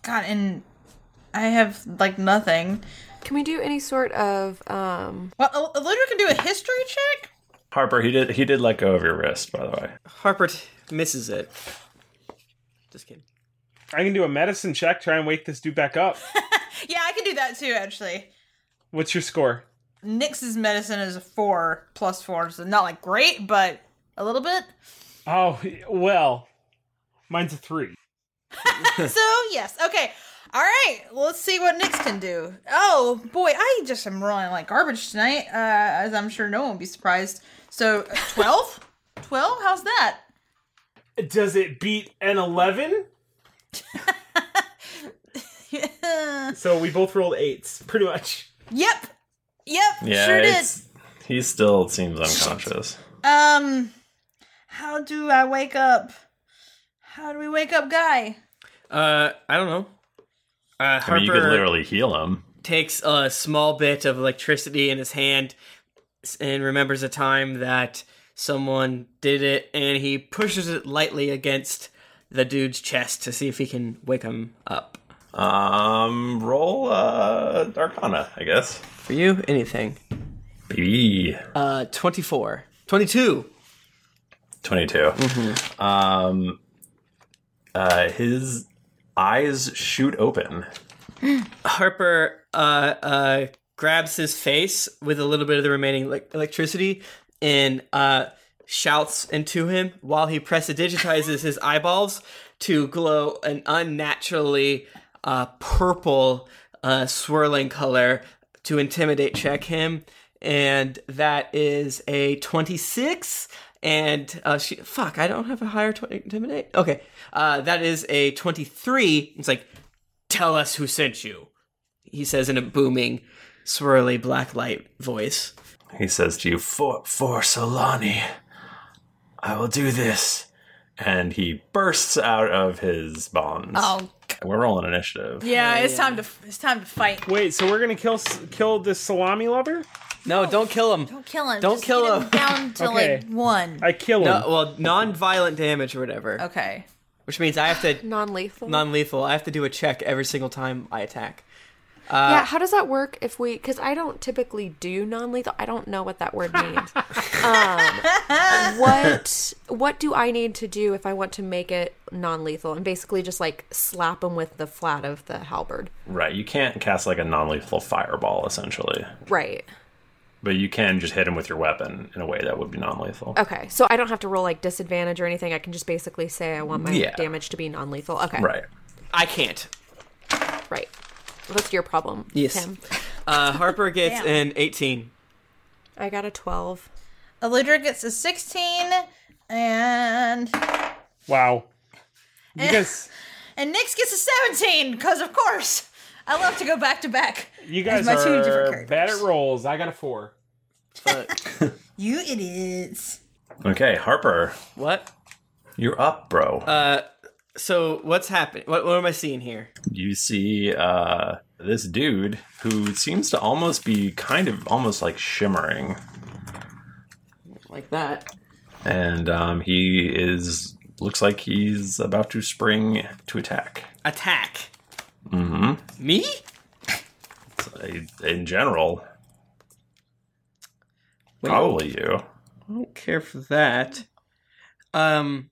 God, and I have like nothing.
Can we do any sort of um?
Well, El- Eludra can do a history check.
Harper, he did he did let go of your wrist, by the way.
Harper t- misses it. Just kidding.
I can do a medicine check, try and wake this dude back up.
Yeah, I can do that too. Actually,
What's your score?
Nyx's medicine is a four plus four, so not like great, but a little bit.
Oh, well, mine's a three.
so yes, okay, all right. Let's see what Nyx can do. Oh boy, I just am rolling like garbage tonight, uh, as I'm sure no one will be surprised. So uh, twelve, twelve. How's that?
Does it beat an 11? So we both rolled eights, pretty much.
Yep. Yep.
Yeah,
sure did.
it's, he still seems unconscious.
Um, how do I wake up? How do we wake up, guy?
Uh, I don't know. Uh, Harper
I mean, you could literally heal him.
takes a small bit of electricity in his hand s- and remembers a time that someone did it, and he pushes it lightly against the dude's chest to see if he can wake him up.
Um, roll uh Arcana, I guess. For
you, anything.
B.
Uh, twenty-four. Twenty-two.
22.
Mm-hmm.
Um, uh, his eyes shoot open.
Harper uh, uh, grabs his face with a little bit of the remaining elec electricity and uh, shouts into him while he prestidigitizes his eyeballs to glow an unnaturally uh, purple uh, swirling color to intimidate check him. And that is a 26. And uh, she, fuck, I don't have a higher tw- intimidate. Okay. Uh, that is a 23. It's like, tell us who sent you he says in a booming, swirly black light voice.
He says to you, For, for Solani, I will do this. And he bursts out of his bonds.
Oh.
We're rolling initiative.
Yeah, it's time to it's time to fight.
Wait, so we're gonna kill s- kill this salami lover?
No, don't kill him.
Don't kill him.
Don't
Just
kill
get
him.
Down to
Okay.
like one.
I kill
No, well, non-violent damage or whatever.
Okay.
Which means I have to
Non-lethal.
non-lethal. I have to do a check every single time I attack.
yeah,
Uh,
how does that work if we? Because I don't typically do non-lethal. I don't know what that word means. um, what What do I need to do if I want to make it non-lethal and basically just like slap him with the flat of the halberd?
Right. You can't cast like a non lethal fireball, essentially.
Right.
But you can just hit him with your weapon in a way that would be non lethal.
Okay. So I don't have to roll like disadvantage or anything. I can just basically say I want my
Yeah.
damage to be non-lethal. Okay.
Right.
I can't.
Right. Well, that's your problem.
Yes.
Tim.
Uh, Harper gets
Damn.
an 18.
I got a twelve.
Eludra gets a sixteen, and
Wow. You guys,
and Nyx gets a seventeen because of course I love to go back to back.
you
as
guys
my two different
are
characters.
bad at rolls. I got a four.
You idiots.
Okay, Harper.
What?
You're up, bro.
Uh, So what's happening? What, what am I seeing here?
you see uh, this dude who seems to almost be kind of almost like shimmering,
Like that.
and um, he is looks like he's about to spring to attack.
Attack.
hmm
Me?
In general,
Wait.
probably you.
I don't care for that. Um,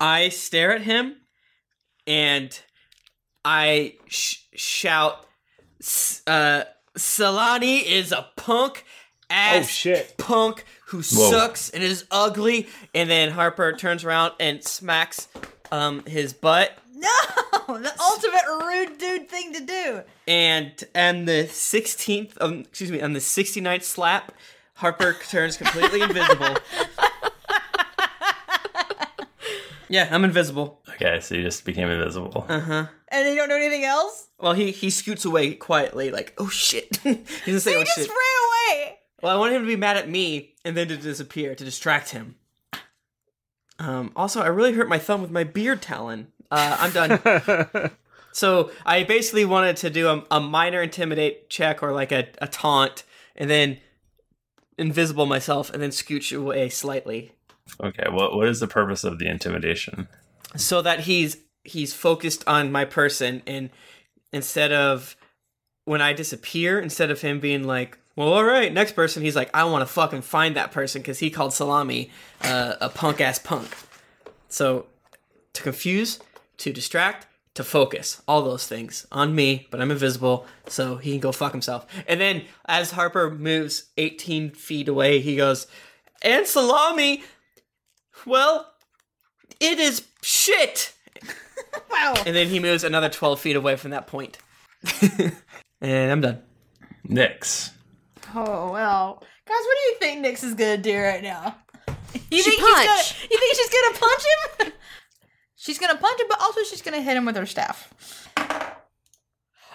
I stare at him, and I sh- shout, "S- uh, "Salani is a punk ass punk who sucks and is ugly." And then Harper turns around and smacks um his butt.
No, Oh, the ultimate rude dude thing to do.
And and the sixteenth, um, excuse me, on the 69th slap, Harper turns completely invisible. yeah, I'm invisible.
Okay, so you just became invisible.
Uh huh.
And you don't do anything else?
Well, he he scoots away quietly, like, oh shit. he doesn't say oh
Just ran
shit.
away.
well, I want him to be mad at me and then to disappear to distract him. Um. Also, I really hurt my thumb with my beard talon. Uh, I'm done. so I basically wanted to do a, a minor intimidate check or like a, a taunt, and then invisible myself, and then scooch away slightly.
Okay, what what is the purpose of the intimidation?
so that he's he's focused on my person and instead of when i disappear instead of him being like well all right next person he's like i want to fucking find that person because he called salami uh, a punk ass punk so to confuse to distract to focus all those things on me but i'm invisible so he can go fuck himself and then as harper moves 18 feet away he goes and salami well it is shit.
wow.
And then he moves another 12 feet away from that point. and I'm done.
Nix.
Oh well, guys, what do you think Nix is gonna do right now? You
She
think
punch.
She's gonna, you think she's gonna punch him? she's gonna punch him, but also she's gonna hit him with her staff.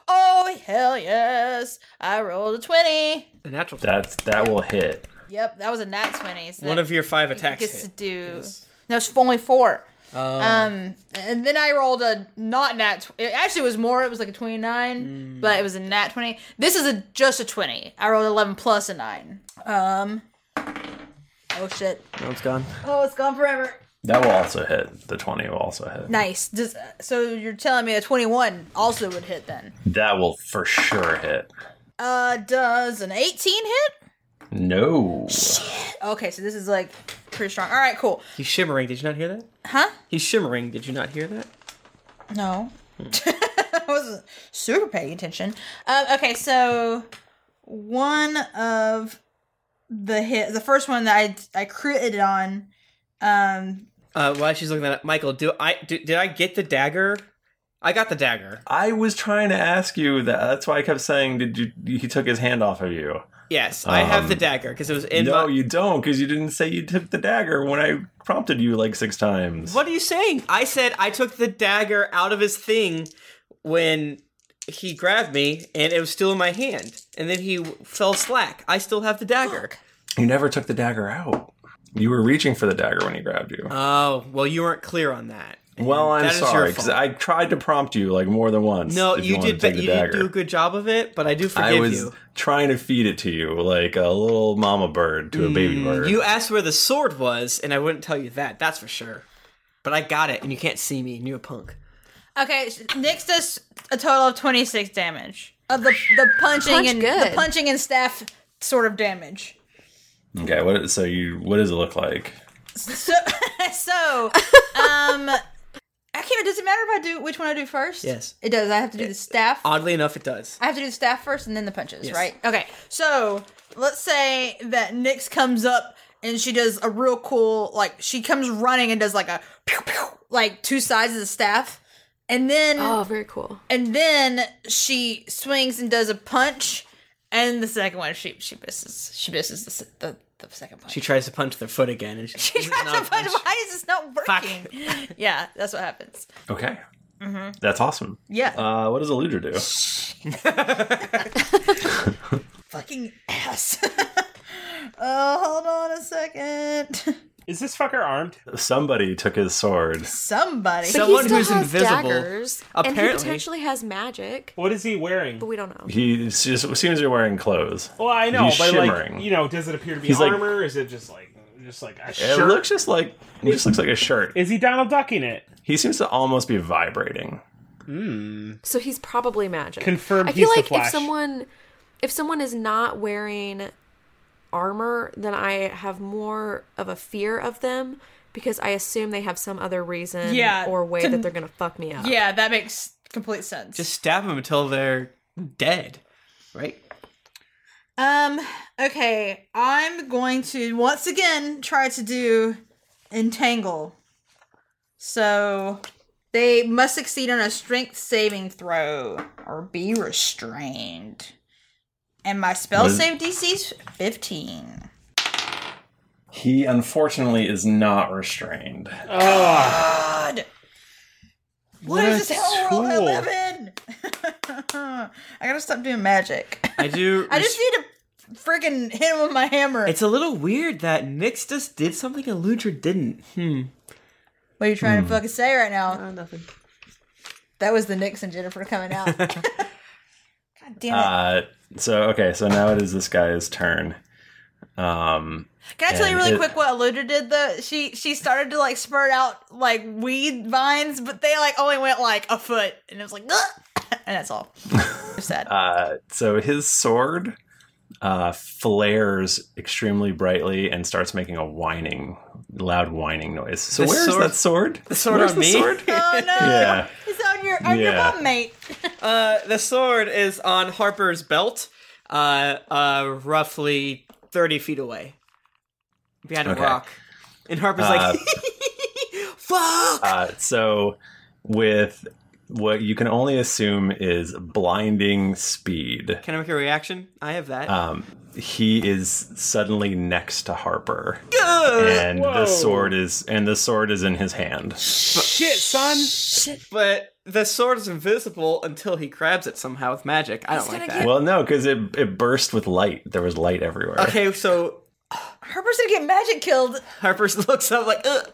Oh hell yes! I rolled a twenty.
The natural.
That's that will hit.
Yep, that was a nat twenty. So
One
that
of your five attacks
gets to
hit.
do. No, it's only four.
Oh.
Um, and then I rolled a not nat. Tw- it actually was more. It was like a twenty nine,
Mm.
but it was a nat twenty. This is a just a twenty. I rolled eleven plus a nine. Um. Oh shit.
No, it's gone.
Oh, it's gone forever.
That will also hit. The twenty will also hit.
Nice. Does, so you're telling me a 21 also would hit then?
That will for sure hit.
Uh, does an 18 hit?
No.
Okay, so this is like pretty strong. All right, cool.
He's shimmering. Did you not hear that?
Huh?
He's shimmering. Did you not hear that?
No,
Hmm.
I wasn't super paying attention. Um, okay, so one of the hit, the first one that I I critted on. Um,
Uh, while she's looking that up, Michael, do I do, did I get the dagger? I got the dagger.
I was trying to ask you that. That's why I kept saying, "Did you?" He took his hand off of you.
Yes, I have
Um,
the dagger because it was in
no,
my.
you don't, because you didn't say you took the dagger when I prompted you like six times.
What are you saying? I said I took the dagger out of his thing when he grabbed me, and it was still in my hand. And then he w- fell slack. I still have the dagger.
You never took the dagger out. You were reaching for the dagger when he grabbed you.
Oh, well, you weren't clear on that.
well, Oh, I'm
that is your
sorry because
fault.
I tried to prompt you like more than once.
No,
if
you,
wanted
did. Be-
to take the
you
dagger.
did do a good job of it, but I do forgive
I was
you.
trying to feed it to you like a little mama bird to a baby bird.
Mm, You asked where the sword was, and I wouldn't tell you that. That's for sure. But I got it, and you can't see me, and you're a punk.
okay, s- Nyx does a total of 26 damage of the the punching
Punch
and
good.
the punching and staff sort of damage.
okay, what? So you, what does it look like?
So, so, um, I can't. Does it matter if I do which one I do first?
Yes.
it does. I have to do the staff.
Oddly enough, it does.
I have to do the staff first and then the punches,
Yes.
right? Okay. So let's say that Nyx comes up and she does a real cool, like she comes running and does like a pew pew, like two sides of the staff, and then
Oh, very cool.
and then she swings and does a punch, and the second one she she misses. She misses the s- the, the second punch.
She tries to punch their foot again, and she,
She tries to punch. Why is this not working? Yeah, that's what happens.
Okay,
Mm-hmm.
that's awesome.
Yeah.
Uh, what does a looter do?
Uh, Fucking ass. oh, hold on a second.
Is this fucker armed?
Somebody took his sword.
Somebody.
But he still has Daggers, And he potentially has magic.
What is he wearing?
But we don't know.
He s- just seems to be wearing clothes.
Well, I know,
He's
but
shimmering.
like, you know, does it appear to be
He's like-
armor? is it just like, just like a
it
shirt?
looks just like it just looks like a shirt.
Is he Donald Ducking it?
He seems to almost be vibrating.
So he's probably magic.
Confirmed
I feel
he's the
like if
Flash.
someone if someone is not wearing armor, then I have more of a fear of them because I assume they have some other reason
Yeah,
or way
to-
that they're gonna fuck me up.
Yeah, that makes complete sense.
Just stab them until they're dead, right?
Um, okay, I'm going to once again try to do entangle. So they must succeed on a strength saving throw or be restrained. And my spell
What is-
save DC is 15.
He unfortunately is not restrained.
God.
What
what
a
is this hell world I
tool.
live in? I gotta stop doing magic.
I do.
I just need to freaking hit him with my hammer.
It's a little weird that Nyx just did something and Ludra didn't. Hmm.
What are you trying
Hmm.
to fucking say right now?
nothing.
That was the Knicks and Jennifer coming out. God damn it.
Uh, so okay, so now it is this guy's turn. Um,
Can I tell you
and
really
it-
quick what Eludra did though? She she started to like spurt out like weed vines, but they like only went like a foot, and it was like, "Ugh," and that's all. Sad.
Uh, so his sword uh, flares extremely brightly and starts making a whining, loud whining noise. So
The
where is
sword-
that sword?
The sword
Where's
on
the
me?
sword?
Oh no!
Yeah.
It's on your on your
Yeah.
bum, mate.
Uh, the sword is on Harper's belt, uh, uh, roughly 30 feet away. Behind a
Okay.
rock. And Harper's like, fuck!
Uh, so with what you can only assume is blinding speed,
Can I make a reaction? I have that.
um, he is suddenly next to Harper,
Ugh!
and
Whoa.
the sword is and the sword is in his hand.
Shit, son! But the sword is invisible until he grabs it somehow with magic. I don't like that.
Well, no, because it it burst with light. There was light everywhere.
okay, so
Harper's gonna get magic killed.
Harper looks up like, ugh.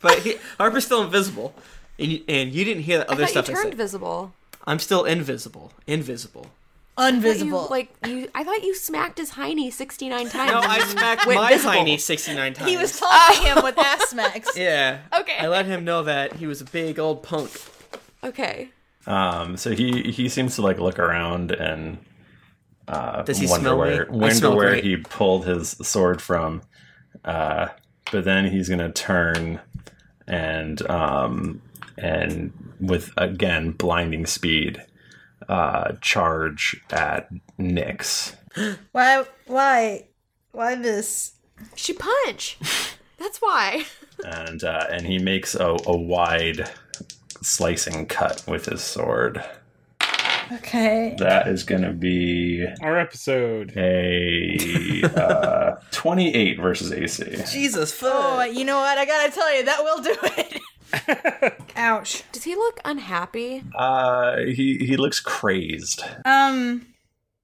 But he, Harper's still invisible. And you, and you didn't hear the
I
other
thought you
stuff I
turned
said.
visible.
I'm still invisible. Invisible.
Invisible. like you I thought you smacked his hiney sixty nine times.
No,
and
I
then
smacked
went
my
visible. Oh.
tiny 69 times.
He was taunting him with ass smacks.
Yeah.
Okay.
I let him know that he was a big old punk.
Okay.
Um, so he he seems to like look around and uh,
Does he
wonder
smell me?
where
I
wonder
smell
where
great.
he pulled his sword from. Uh, but then he's gonna turn and um, and with again blinding speed uh, charge at Nyx.
Why why why this?
She punch. That's why.
and uh, and he makes a, a wide slicing cut with his sword.
Okay.
That is going to be
our episode.
A uh, twenty-eight versus AC.
Jesus fuck.
Oh, you know what? I gotta tell you, that will do it. Ouch.
Does he look unhappy?
Uh, he he looks crazed.
Um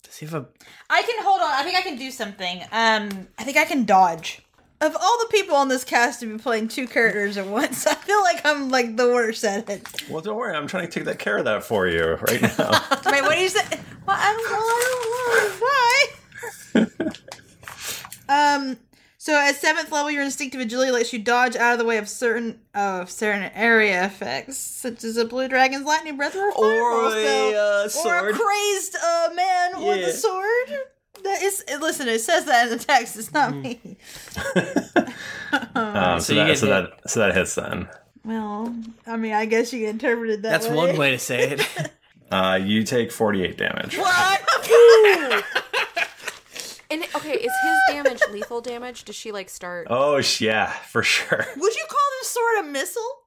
Does he have a?
I can hold on. I think I can do something. Um, I think I can dodge. Of all the people on this cast to be playing two characters at once, I feel like I'm like the worst at it.
Well, don't worry, I'm trying to take that care of that for you right now.
Wait, what do you say? Well, I don't, well, I don't know why. um, so at seventh level, your instinctive agility lets you dodge out of the way of certain of certain area effects, such as a blue dragon's lightning breath or a fireball
a,
spell,
uh,
or a
sword.
crazed uh, man with
Yeah.
a sword. That is, listen, it says that in the text. It's
Mm.
not me.
Um,
So
so
you
that
get
so that so that hits then.
Well, I mean, I guess you interpreted that.
That's one way to say it.
Uh, you take forty-eight damage.
What?
and okay, is his damage lethal damage? Does she like start?
Oh sh- yeah, for sure.
Would you call this sword a missile?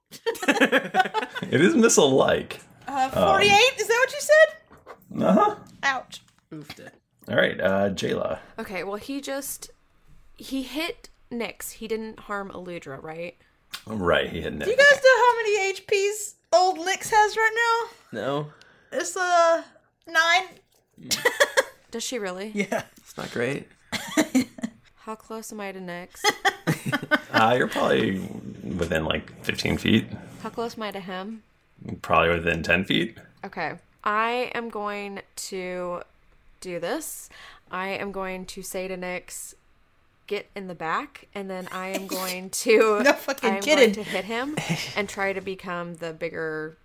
It is missile-like.
Uh,
Um,
Forty-eight. is that what you said?
Uh huh.
Ouch.
All right, uh, Jayla.
Okay, well he just he hit Nyx. He didn't harm Eludra, right?
Right, he hit
Do you
Nyx.
guys know how many HPs old Nyx has right
No,
now? It's uh nine.
Does she really?
Yeah.
it's not great.
How close am I to Nyx?
uh, you're probably within like 15 feet,
How close am I to him?
probably within 10 feet.
Okay. I am going to do this. I am going to say to Nyx, get in the back, and then I am going to
No fucking
I am
kidding.
going to hit him and try to become the bigger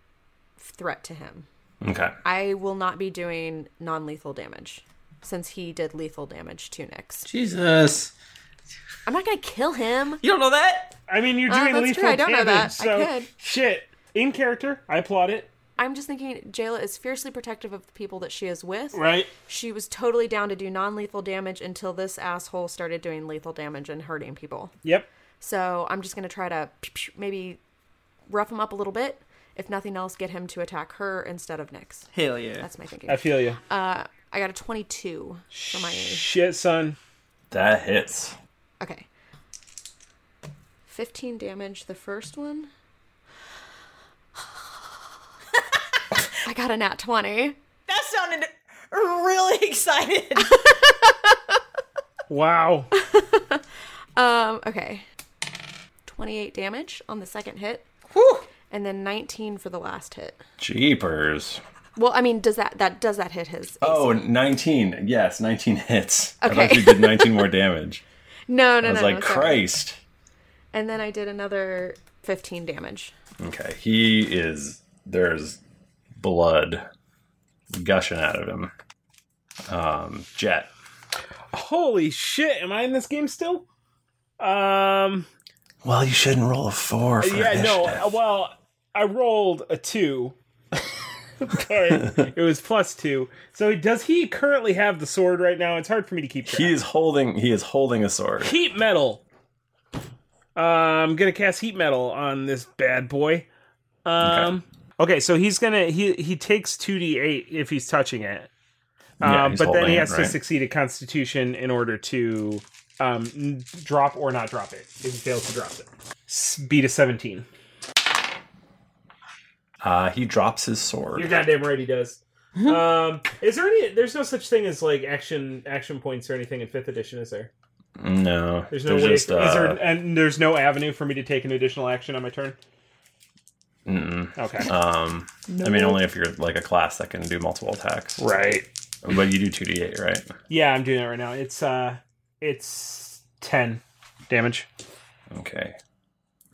threat to him.
Okay.
I will not be doing non lethal damage since he did lethal damage to Nyx.
Jesus.
I'm not gonna kill him.
You don't know that?
I mean, you're
Uh,
doing
that's
lethal
true. I don't know
damage.
that. I
So
could.
shit. In character, I applaud it.
I'm just thinking Jayla is fiercely protective of the people that she is with.
Right.
She was totally down to do non lethal damage until this asshole started doing lethal damage and hurting people.
Yep.
So I'm just going to try to pew, pew, maybe rough him up a little bit. If nothing else, get him to attack her instead of Nyx.
Hell yeah.
That's my thinking.
I feel ya.
Uh, I got a 22 for my.
Shit, son.
That hits.
Okay. 15 damage the first one. I got a nat 20.
That sounded really excited.
Wow.
Um, okay. 28 damage on the second hit. And then 19 for the last hit.
Jeepers.
Well, I mean, does that that does that hit his?
Oh, 19. Yes, 19 hits. I thought
Okay.
you did 19 more damage.
No, no,
I was
no.
like,
no, sorry.
Christ.
And then I did another 15 damage.
Okay, he is. There's blood gushing out of him. Um, Jet.
Holy shit. Am I in this game still? Um.
Well, you shouldn't roll a four. For
yeah, no.
initiative.
uh, Well, I rolled a two. but it was plus two. So does he currently have the sword right now? It's hard for me to keep track.
He is holding. He is holding a sword.
Heat metal. Uh, I'm gonna cast heat metal on this bad boy. Um, okay. so he's gonna he he takes two d eight if he's touching it. Um,
Yeah, he's
but then
holding
he
it,
has to
right.
succeed a Constitution in order to um n- drop or not drop it. If he fails to drop it, S- beat a seventeen.
Uh, he drops his sword.
You're goddamn right he does. um, is there any? There's no such thing as like action action points or anything in fifth edition, is there?
No,
There's no way.
Just, uh,
is there, and there's no avenue for me to take an additional action on my turn.
mm-mm.
Okay.
Um, I mean,
No.
only if you're like a class that can do multiple attacks.
Right.
But you do two d eight, right?
Yeah, I'm doing that right now. It's uh, it's ten damage.
Okay.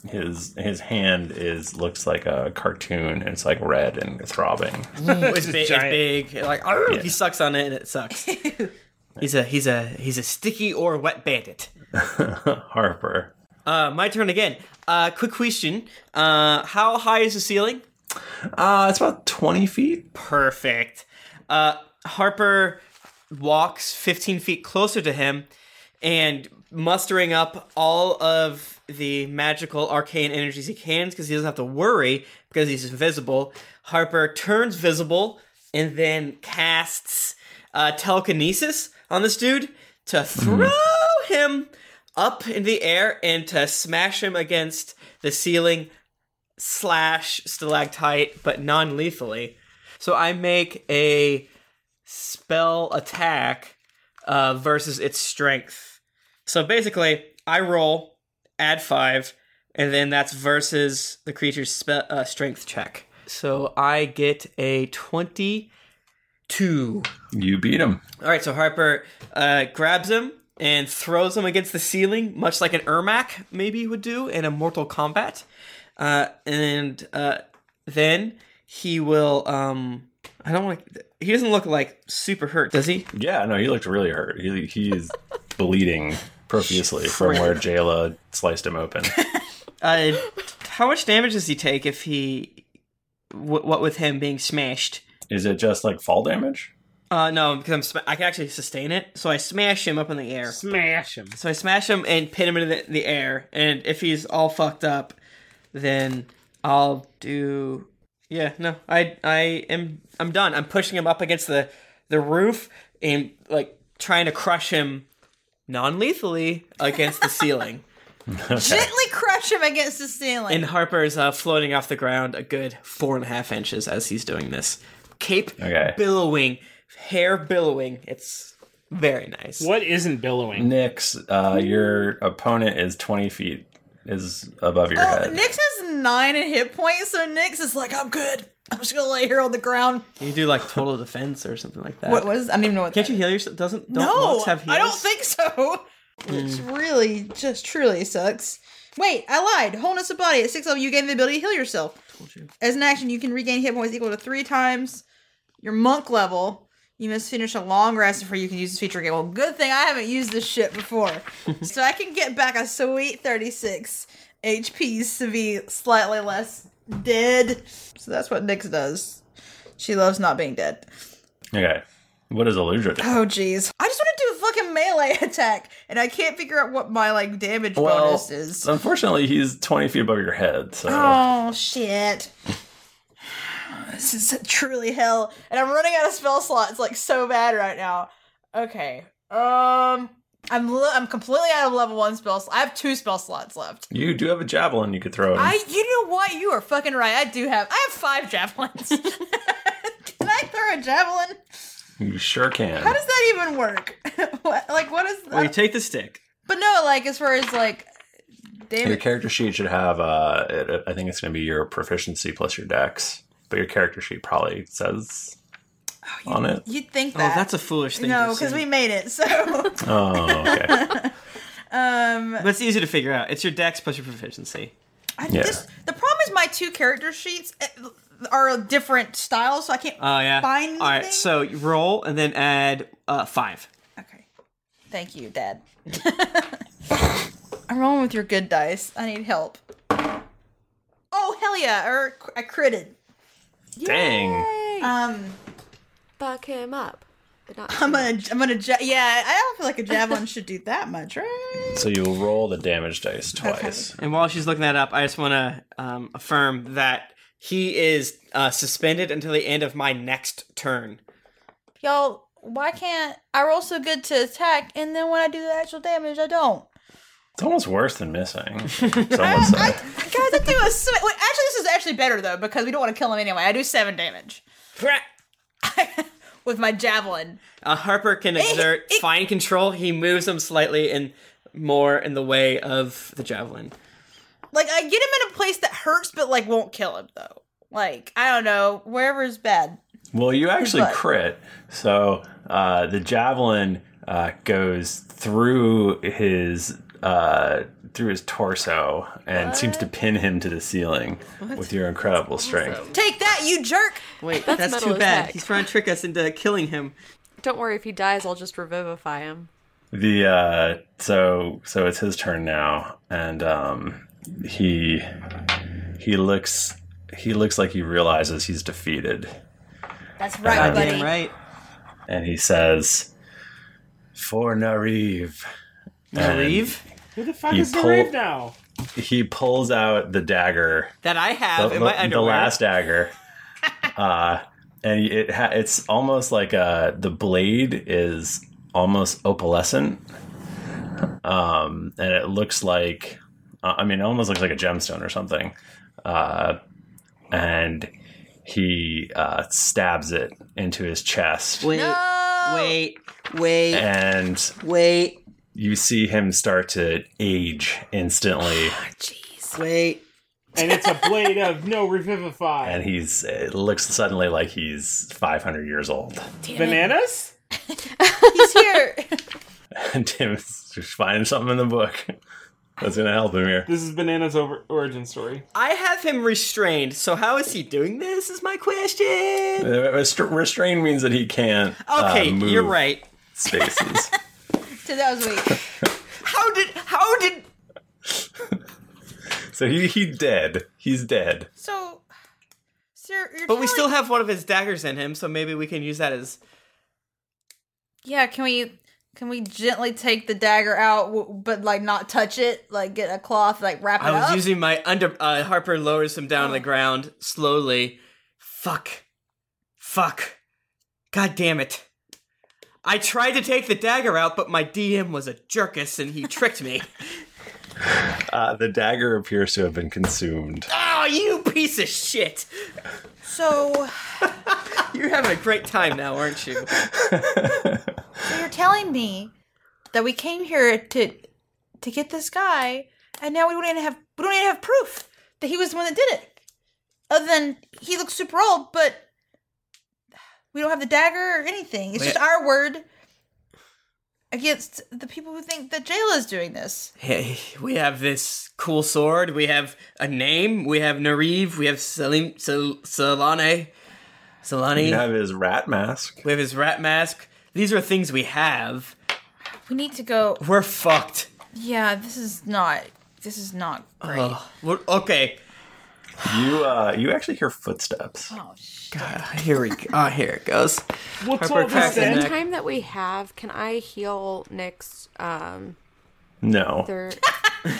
His his hand is looks like a cartoon. It's like red and throbbing.
it's,
Just
big, it's
giant-
big. Like "Arr!"
Yeah.
he sucks on it and it sucks. he's a he's a he's a sticky or wet bandit.
Harper.
Uh, my turn again. Uh, quick question. Uh, how high is the ceiling?
Uh, it's about 20 feet.
Perfect. Uh, Harper walks 15 feet closer to him and mustering up all of the magical arcane energies he can because he doesn't have to worry because he's invisible. Harper turns visible and then casts uh, telekinesis on this dude to throw him up in the air and to smash him against the ceiling slash stalactite, but non lethally. So I make a spell attack uh, versus its strength. So basically, I roll, add five, and then that's versus the creature's spe- uh, strength check. So I get a 22.
You beat him.
All right, so Harper uh, grabs him and throws him against the ceiling, much like an Ermac maybe would do in a Mortal Kombat. Uh, and uh, then he will. Um, I don't want. to He doesn't look like super hurt, does he?
Yeah, no, he looked really hurt. He, he is bleeding profusely from
Frick.
where Jayla sliced him open.
Uh, how much damage does he take if he? What, what with him being smashed?
Is it just like fall damage?
Uh, no, because I'm sma- I can actually sustain it. So I smash him up in the air.
Smash him.
So I smash him and pin him in the, the air. And if he's all fucked up, then I'll do. Yeah, no, I I am I'm done. I'm pushing him up against the the roof and like trying to crush him non-lethally against the ceiling.
Gently crush him against the ceiling.
And Harper's uh, floating off the ground a good four and a half inches as he's doing this. Cape
Okay.
billowing, hair billowing. It's Very nice.
What isn't billowing?
Nyx, uh, your opponent is 20 feet is above
Oh,
your head.
Nyx has nine in hit points, so Nyx is like, I'm good. I'm just gonna lay here on the ground.
You do like total defense or something like that.
What was? I don't even know what.
Can't you heal yourself? Doesn't don't
no,
monks have heals?
I
Mm.
don't think so. Which really, just truly sucks. Wait, I lied. Wholeness of body at six level, you gain the ability to heal yourself. As an action, you can regain hit points equal to three times your monk level. You must finish a long rest before you can use this feature again. Well, good thing I haven't used this shit before, so I can get back a sweet thirty-six HPs to be slightly less dead. So that's what Nyx does. She loves not being dead.
Okay. What does Illusion do?
Oh jeez. I just want to do a fucking melee attack, and I can't figure out what my like damage bonus is.
unfortunately, he's 20 feet above your head, so.
Oh shit. this is truly hell. And I'm running out of spell slots like so bad right now. Okay. Um I'm li- I'm completely out of level 1 spell sl- I have 2 spell slots left.
You do have a javelin you could throw at him.
I you know what? You are fucking right. I do have. I have 5 javelins. Can I throw a javelin?
you sure can.
How does that even work? what, like what is
well, you take the stick.
But no, like as far as like damn
Your
it.
character sheet should have, uh, it- I think it's going to be your proficiency plus your dex, but your character sheet probably says
Oh,
on it.
You'd think that.
Oh, a foolish
no, because we made it. So.
Oh, okay.
um.
But it's easy to figure out. It's your dex plus your proficiency.
I, this, the problem is my two character sheets eh, are a different styles, so I can't
Oh yeah.
find.
All right. So you roll and then add uh, five.
Thank you, Dad. I'm rolling with your good dice. I need help. Oh hell yeah! Or I critted.
Dang.
Um.
Buck him up. But not
I'm gonna. I'm gonna. Ja- yeah, I don't feel like a javelin should do that much, right?
So you roll the damage dice twice.
And while she's looking that up, I just want to um, affirm that he is uh, suspended until the end of my next turn.
Y'all, why can't I roll so good to attack, and then when I do the actual damage, I don't?
It's almost worse than missing. Someone said.
Guys, I do a. sw- Wait, actually, this is actually better though because we don't want to kill him anyway. I do seven damage with my javelin.
Uh, Harper can
Eh,
exert fine control. He moves him slightly and more in the way of the javelin.
Like I get him in a place that hurts, but like won't kill him though. Like I don't know, wherever is bad.
Well, you actually
But-
crit. So uh, the javelin uh, goes through his uh, through his torso and seems to pin him to the ceiling
What?
with your incredible strength.
Take that, you jerk!
Wait,
That's
that's,
metal
too
as
bad.
heck.
He's trying to trick us into killing him.
Don't worry, if he dies, I'll just revivify him.
The uh, so so it's his turn now, and um, he he looks he looks like he realizes he's defeated.
That's
right, buddy.
Goddamn right.
and he says, "For Nariv."
Nariv?
Who the fuck
You
is the
pull-
rave now?
He pulls out the dagger
That I have
the,
in my
the- the
underwear.
last dagger, uh, and it ha- it's almost like uh, the blade is almost opalescent, um, and it looks like uh, I mean, it almost looks like a gemstone or something, uh, and. He uh, stabs it into his chest.
Wait, wait, wait,
and
wait,
you see him start to age instantly
wait.
And it's a blade of no revivify.
and he's it looks suddenly like he's 500 years old
Bananas?
He's here.
and tim's just finding something in the book that's gonna help him here
this is bananas over origin story
I have him restrained, so how is he doing this? Is my question.
Uh, rest- restrain means that he can't uh,
Okay,
move
you're right.
spaces
So that was weak.
how did? How did?
so he he dead he's dead
So, sir, you're
But we
telling-
still have one of his daggers in him, so maybe we can use that as.
Yeah, can we can we gently take the dagger out, w- but like not touch it? Like get a cloth, like wrap it
I was
up. Oh.
using my under. Uh, Harper lowers him down on the ground slowly. Fuck. Fuck. God damn it. I tried to take the dagger out, but my DM was a jerkus and he tricked me.
uh, the dagger appears to have been consumed
oh, you piece of shit!
So
You're having a great time now, aren't you?
So you're telling me that we came here to to get this guy, and now we don't even have we don't even have proof that he was the one that did it. Other than he looks super old, but we don't have the dagger or anything. It's
Wait.
just our word against the people who think that Jayla is doing this.
Hey, we have this cool sword. We have a name. We have Nariv. We have Selim Sel- Solane. Solani.
We have his rat mask.
We have his rat mask. These are things we have.
We need to go.
We're fucked.
Yeah, this is not. This is not great.
Ugh. We're- okay.
You uh, you actually hear footsteps.
Oh
God, Uh, here we go. Oh, here it goes.
What's
Harper
all this
cracks his
then?
neck.
The time that we have, can I heal Nick's um
No.
thir-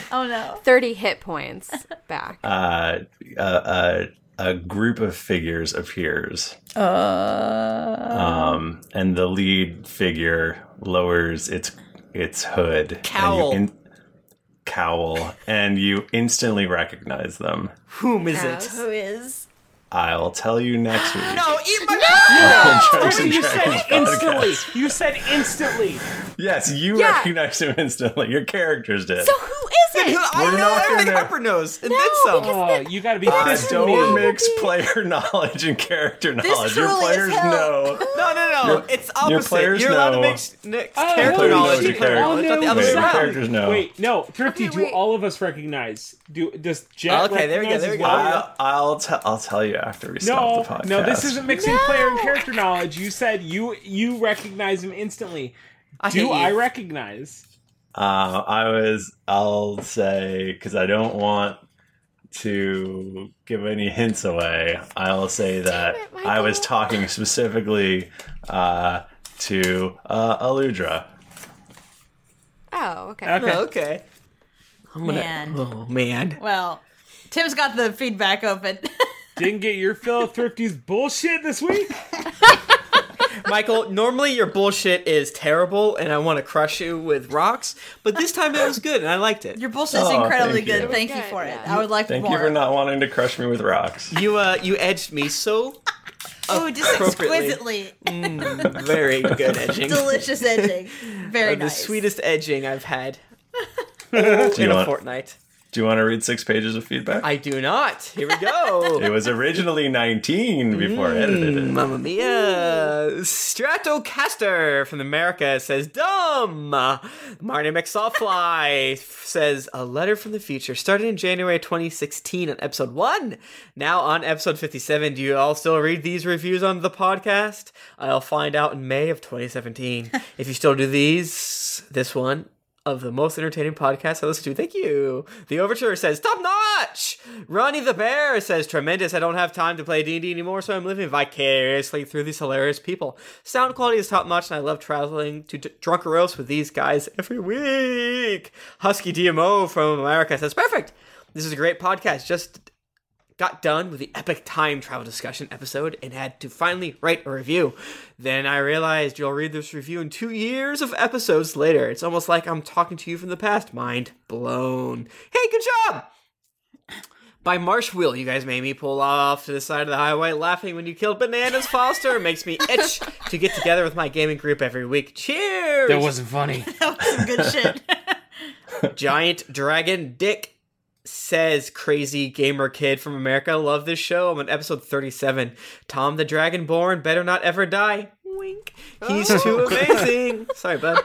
Oh no.
30 hit points back.
Uh, uh, uh, a group of figures appears.
Uh,
um, and the lead figure lowers its its hood and you
Cowl.
cowl, and you instantly recognize them.
Whom is it?
Who is?
I'll tell you next week.
No, eat my
Dungeons and
you
Dragons
said
podcast.
instantly. You said instantly.
Yes, you
Yeah.
recognized him instantly. Your characters did.
who
is it? I know everything Harper knows. And then some. Uh,
you gotta be
I
pissed at
don't
me.
mix player knowledge and character knowledge. Your
truly is
players
hell.
know.
No, no, no.
Your-
it's
your
opposite.
players
You're allowed to
know-
mix Nick's
Oh,
character
Who knows
knowledge.
your
and player knowledge. Not the
character? Wait,
other way
your
around.
Oh, characters know.
Wait, no, Thrifty. do all of us recognize? Do does
Oh,
Jack? recognize as well?
I'll, I'll, tell. I'll tell you after we
No,
stop the podcast.
no, this isn't mixing player and character knowledge. You said you you recognize him instantly.
hate
Do
you.
I recognize?
Uh, I was. I'll say because I don't want to give any hints away. I'll say that I was talking specifically uh, to uh, Aludra.
Oh, okay.
Okay.
Oh, okay. I'm gonna-
Man.
Oh man.
Well, Tim's got the feedback open.
Didn't get your fill of Thrifty's bullshit this week.
Michael, normally your bullshit is terrible and I want to crush you with rocks, but this time it was good and I liked it. Your
bullshit's
Oh,
incredibly
thank
good.
you.
Thank you for it. I would like
Thank
more.
you for not wanting to crush me with rocks.
You uh you edged me so
Oh, just
appropriately.
exquisitely.
Mm, very good edging.
Delicious edging. Very
Uh, the
nice.
sweetest edging I've had
Do you
in a
want-
fortnight.
Do you want to read six pages of feedback?
I do not. Here we go.
It was originally 19 before I edited it.
Mm, Mamma mia. Stratocaster from America says, Dumb. Marty McSawfly says, A letter from the future started in January 2016 on episode 1. Now on episode 57. Do you all still read these reviews on the podcast? I'll find out in May of 2017. if you still do these, this one of the most entertaining podcast I listen to. Thank you. The Overture says top notch. Ronnie the Bear says tremendous. I don't have time to play D and D anymore, so I'm living vicariously through these hilarious people. Sound quality is top notch, and I love traveling to D- Drunker Roast with these guys every week. Husky DMO from America says perfect. This is a great podcast. Just got done with the epic time travel discussion episode and had to finally write a review. Then I realized you'll read this review in two years of episodes later. It's almost like I'm talking to you from the past. Mind blown. Hey, good job! By Marsh Wheel, you guys made me pull off to the side of the highway laughing when you killed Bananas Foster. It makes me itch to get together with my gaming group every week. Cheers!
That wasn't funny.
Giant Dragon Dick says crazy gamer kid from America. Love this show. I'm on episode 37. Tom the Dragonborn better not ever die. Wink. He's too amazing. Sorry, bud.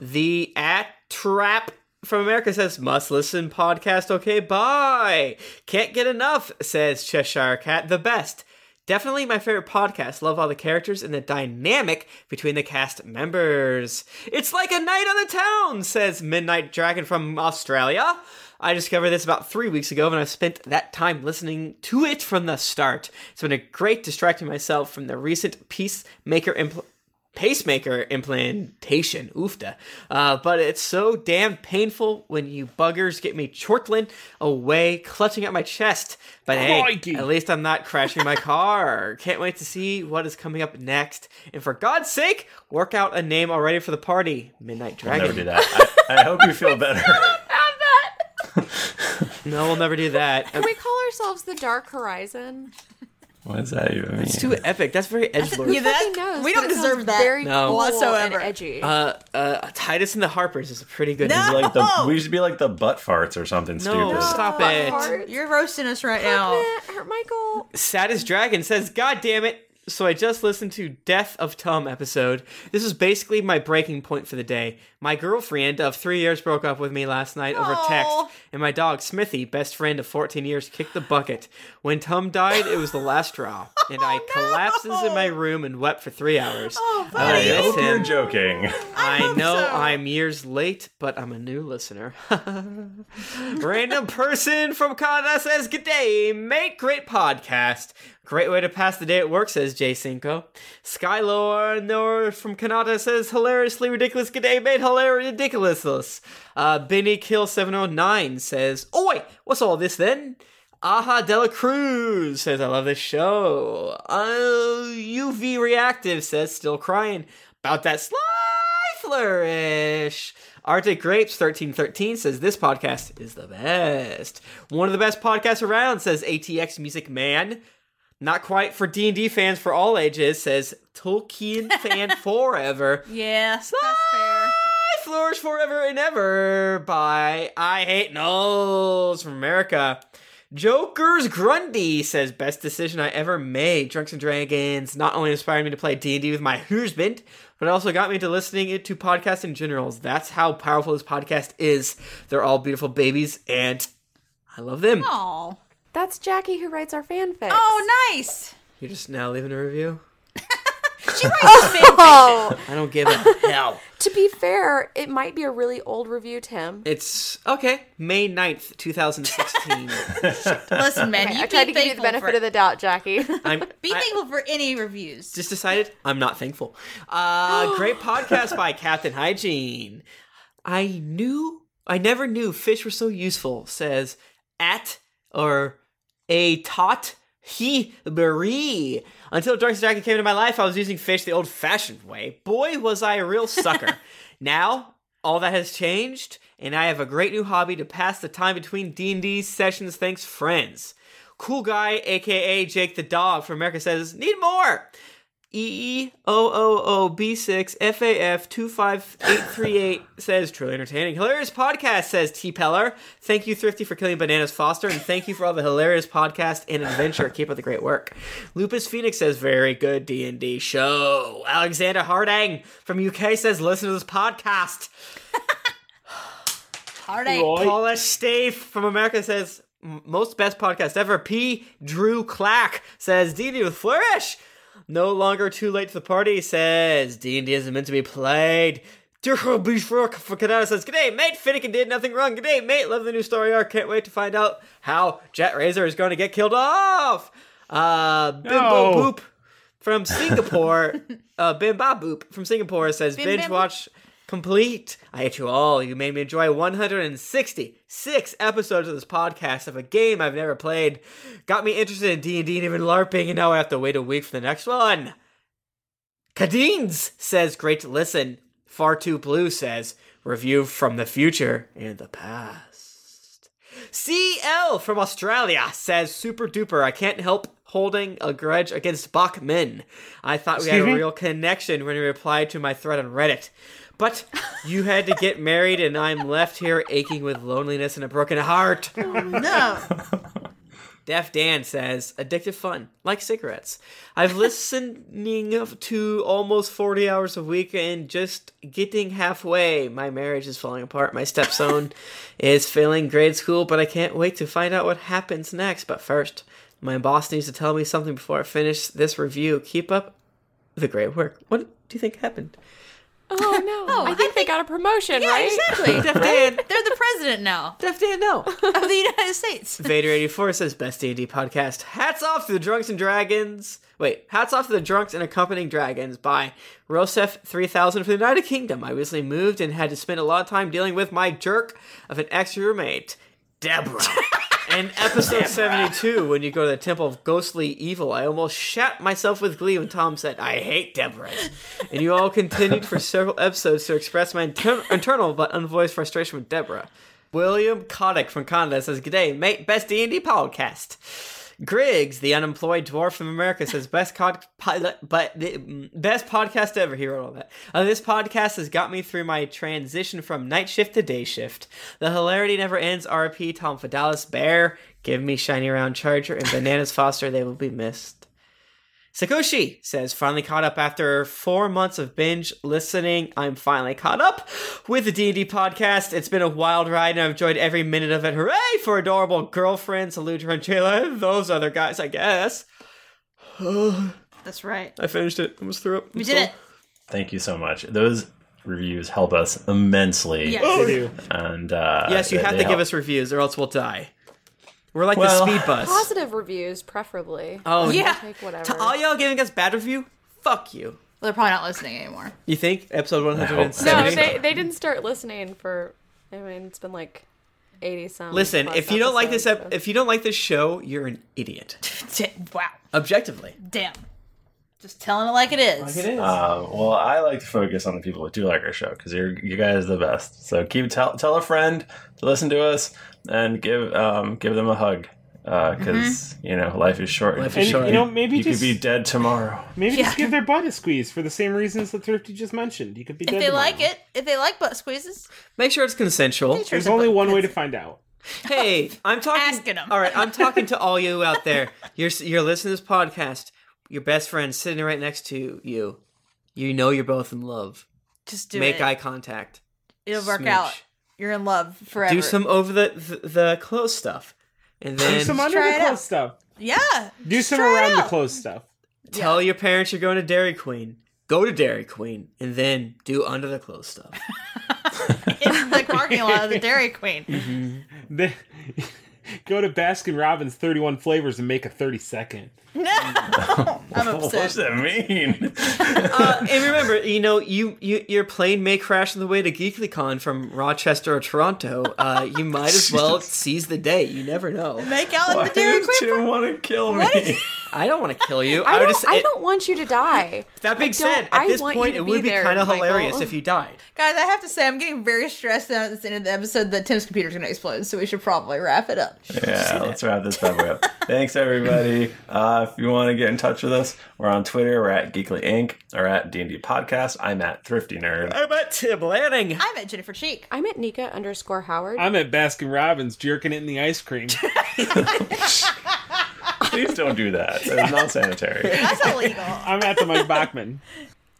the at trap from America says must listen podcast. Okay, bye. Can't get enough says Cheshire Cat. The best. Definitely my favorite podcast. Love all the characters and the dynamic between the cast members. It's like a night on the town, says Midnight Dragon from Australia. I discovered this about three weeks ago, and I've spent that time listening to it from the start. It's been a great distracting myself from the recent Peacemaker impl- pacemaker implantation. Oofda. Uh, but it's so damn painful when you buggers get me chortling away, clutching at my chest. But hey,
Crikey.
at least I'm not crashing my car. Can't wait to see what is coming up next. And for God's sake, work out a name already for the party. Midnight
I'll
Dragon.
never do that. I, I hope you feel better.
No, we'll never do that.
Can we call ourselves the Dark Horizon?
What is that even?
It's
mean?
too epic. That's very edge lord.
Yeah, that- we don't deserve that
very
No.
cool
whatsoever.
and edgy.
Uh, uh, Titus and the Harpers is a pretty good.
It's like the- we should be like the butt farts or something stupid.
stop it.
You're roasting us right now.
Hurt Michael.
Saddest Dragon says, "God damn it." So I just listened to Death of Tom episode. This is basically my breaking point for the day. My girlfriend of three years broke up with me last night over text, and my dog Smithy, best friend of 14 years, kicked the bucket. When Tom died, it was the last straw, and I
Oh,
collapsed in my room and wept for three hours. Oh,
I hope you're joking.
I, know I'm years late, but I'm a new listener. Random person from Canada says, Good day, mate. Great podcast. Great way to pass the day at work, says Jay Cinco. Skylore Nor from Canada says, Hilariously ridiculous. Good day, mate. Hilarious ridiculous. Uh, Benny Kill 709 says, Oh, wait, what's all this then? Aha Dela Cruz says, I love this show. Uh, UV Reactive says, still crying about that sly flourish. Arctic Grapes 1313 says, this podcast is the best. One of the best podcasts around, says ATX Music Man. Not quite for D&D fans for all ages, says Tolkien fan forever.
Yes, that's fair.
I flourish forever and ever by I Hate Knowles from America. Joker's Grundy says, best decision I ever made. Drunks and Dragons not only inspired me to play D&D with my husband, but it also got me to listening to podcasts in general. That's how powerful this podcast is. They're all beautiful babies, and I love them.
Oh,
that's Jackie who writes our fanfic.
Oh, nice.
You're just now leaving a review?
Oh,
I don't give a hell.
to be fair, it might be a really old review, Tim.
It's okay. May 9th, 2016.
Listen, man,
Okay,
you
I tried
be
to give you the
thankful
benefit
for-
of the doubt, Jackie.
I'm,
Be thankful for any reviews.
Just decided I'm not thankful. Uh, great podcast by Captain Hygiene. I knew, I never knew fish were so useful, says at or a tot he berry. Until Darkest Dragon came into my life, I was using fish the old fashioned way. Boy, was I a real sucker. now, all that has changed, and I have a great new hobby to pass the time between D&D sessions thanks friends. Cool guy, aka Jake the Dog from America says, need more! E E O O O B six F A F two five eight three eight says truly entertaining. Hilarious podcast says T Peller. Thank you, Thrifty, for killing bananas Foster, and thank you for all the hilarious podcast and adventure. Keep up the great work. Lupus Phoenix says very good D and D show. Alexander Hardang from UK says listen to this podcast.
Heartache.
Paula Stave from America says "M- most best podcast ever. P. Drew Clack says D&D with flourish. No longer too late to the party says D&D isn't meant to be played. Dirk Beach for Canada says, G'day, mate. Finnegan did nothing wrong. G'day, mate. Love the new story arc. Can't wait to find out how Jet Razor is going to get killed off. Uh, Bimbo
No.
Boop from Singapore, uh, Bim Bob Boop from Singapore says,
Bim
binge
Bam
watch complete. I hate you all. You made me enjoy 166 episodes of this podcast of a game I've never played. Got me interested in D&D and even LARPing, and now I have to wait a week for the next one. Kadeen's says, great to listen. Far Too Blue says, review from the future and the past. CL from Australia says, super duper, I can't help holding a grudge against Bachman. I thought we had
Excuse
a
me?
real connection when he replied to my thread on Reddit. But you had to get married, and I'm left here aching with loneliness and a broken heart.
Oh, No.
Deaf Dan says, addictive fun, like cigarettes. I've listening to almost 40 hours a week and just getting halfway. My marriage is falling apart. My stepson is failing grade school, but I can't wait to find out what happens next. But first, my boss needs to tell me something before I finish this review. Keep up the great work. What do you think happened?
Oh no! I, think they got a promotion,
Yeah,
right?
exactly.
Def Dan.
They're the president now.
Def Dan, no. Of
the United States.
Vader84 says best D&D podcast. Hats off to the Drunks and Dragons. Wait, hats off to the Drunks and Accompanying Dragons by Rosef3000 from the United Kingdom. I recently moved and had to spend a lot of time dealing with my jerk of an ex-roommate, Deborah. In episode 72, when you go to the Temple of Ghostly Evil, I almost shat myself with glee when Tom said, I hate Deborah. and you all continued for several episodes to express my inter- internal but unvoiced frustration with Deborah. William Coddick from Canada says, G'day, mate, best D&D podcast. Griggs, the unemployed dwarf from America, says best cod, pilot, but the mm, best podcast ever. He wrote all that. Uh, this podcast has got me through my transition from night shift to day shift. The hilarity never ends. RP Tom Fidalis Bear, give me shiny round charger and bananas Foster. They will be missed. Sakoshi says, finally caught up after four months of binge listening. I'm finally caught up with the D&D podcast. It's been a wild ride and I've enjoyed every minute of it. Hooray for adorable girlfriend. Salute her and Jayla and those other guys, I guess. I
That's right.
finished it. I almost threw up.
We did it.
Thank you so much. Those reviews help us immensely.
Yes. They do.
And uh,
Oh. yes, you
they-
have
they
to give
help.
us reviews or else we'll die. We're like
Well-
the speed bus.
Positive reviews, preferably.
Oh,
I'll
yeah.
take whatever.
To all y'all giving us bad review, fuck you.
They're probably not listening anymore.
You think? Episode
No,
170?
they, they didn't start listening for. I mean, it's been like eighty some.
Listen,
plus
if you don't like this,
episodes,
ep- if you don't like this show, you're an idiot.
wow.
Objectively.
Damn. Just telling it like it is. Like it
Uh, well, I like to focus on the people that do like our show because you're you guys are the best. So keep tell tell a friend to listen to us and give um give them a hug because you know life is short.
Life is Mm-hmm. And, short. you know, maybe
you
just-
could be dead tomorrow.
Maybe just give their butt a squeeze for the same reasons that Thrifty just mentioned. You could be
If
dead
they
tomorrow.
like it, if they like butt squeezes,
Make sure it's consensual.
Make sure There's it's a only
one way to find out. Hey, I'm talking. All right, I'm talking to all you out there. You're you're listening to this podcast. Your best friend's sitting right next to you. You know you're both in love.
Just do
make
it.
eye contact.
it'll work
Smooch.
out. You're in love forever.
Do some over the the, the clothes stuff, and
Do
then
some Just under try the it clothes out. stuff.
Yeah.
Do some around the clothes stuff. Tell your parents you're going to Dairy Queen. Go to Dairy Queen, and then do under the clothes stuff.
in the parking lot of the Dairy Queen.
Mm-hmm. They- Go to Baskin Robbins 31 flavors and make a 30 second.
No,
I'm
What does that mean?
uh, and remember, you know, you, you your plane may crash on the way to GeeklyCon from Rochester or Toronto. Uh, you might as well seize the day. You never know.
Make out
Why
in the Dairy
did
Queen.
you want to kill
What?
me? I don't want to kill you.
I
I, would
don't,
just.
I
it-
don't want you to die.
that being
I
said,
don't-
at
I
this
want you
point,
to
it
be
would be
there,
kind of
Michael.
hilarious if you died.
Guys, I have to say, I'm getting very stressed out at the end of the episode that Tim's computer's going to explode, so we should probably wrap it up.
Yeah, let's wrap this bad boy up. Thanks, everybody. Uh, if you want to get in touch with us, we're on Twitter. We're at Geekly Inc. or at D&D Podcast. I'm at Thrifty Nerd.
I'm at Tim Lanning.
I'm at Jennifer Cheek.
I'm at Nika underscore Howard.
I'm at Baskin Robbins jerking it in the ice cream.
Please don't do that. That's not sanitary.
That's illegal.
I'm at the Mike Bachman.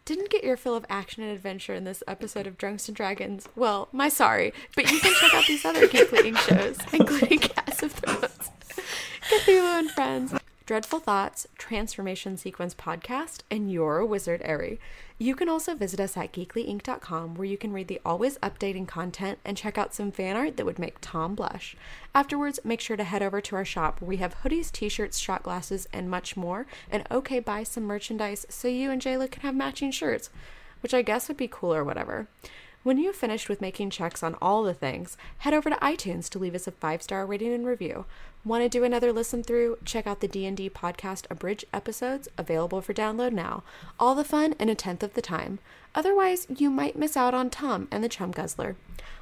Didn't get your fill of action and adventure in this episode of Drunks and Dragons. Well, my sorry, but you can check out these other Geekly Inc. shows, including Cast of Thrones, Cthulhu and Friends, Dreadful Thoughts, Transformation Sequence Podcast, and Your Wizard Airy. You can also visit us at geeklyinc.com where you can read the always updating content and check out some fan art that would make Tom blush. Afterwards, make sure to head over to our shop where we have hoodies, t shirts, shot glasses, and much more. And okay, buy some merchandise so you and Jayla can have matching shirts, which I guess would be cool or whatever. When you've finished with making checks on all the things, head over to iTunes to leave us a five-star rating and review. Want to do another listen through? Check out the D&D podcast Abridged episodes available for download now. All the fun in a tenth of the time. Otherwise, you might miss out on Tom and the Chum Guzzler.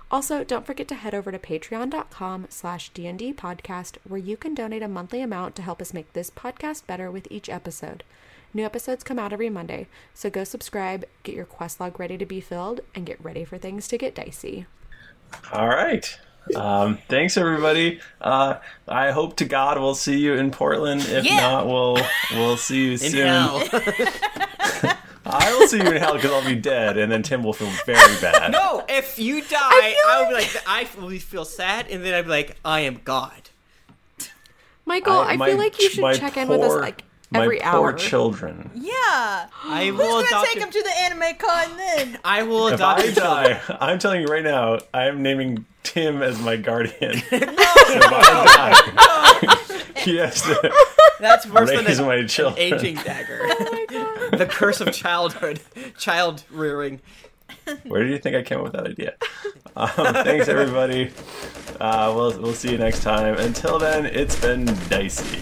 Also, don't forget to head over to patreon.com slash D&D podcast where you can donate a monthly amount to help us make this podcast better with each episode. New episodes come out every Monday, so go subscribe, get your quest log ready to be filled, and get ready for things to get dicey.
All right. Um, thanks, everybody. Uh, I hope to God we'll see you in Portland. If
Yeah.
not, we'll we'll see you soon.
hell.
I will see you in hell because I'll be dead, and then Tim will feel very bad.
No, if you die, I would be like, I will feel sad, and then I'd be like, I am God.
Michael,
I-
I,
my
feel like you
ch-
should
my
check in with us
poor-
like
My
every
poor
hour.
children.
Yeah.
I
Who's
will
going to
adopt
take
a-
him to the anime con then?
I will
if
adopt
I
your children.
die, I'm telling you right now, I am naming Tim as my guardian. so if I die, he has to
That's worse
raise
than a-
my
an
children.
aging dagger.
Oh
the curse of childhood, child rearing.
Where do you think I came up with that idea? Um, thanks, everybody. Uh, we'll, we'll see you next time. Until then, it's been dicey.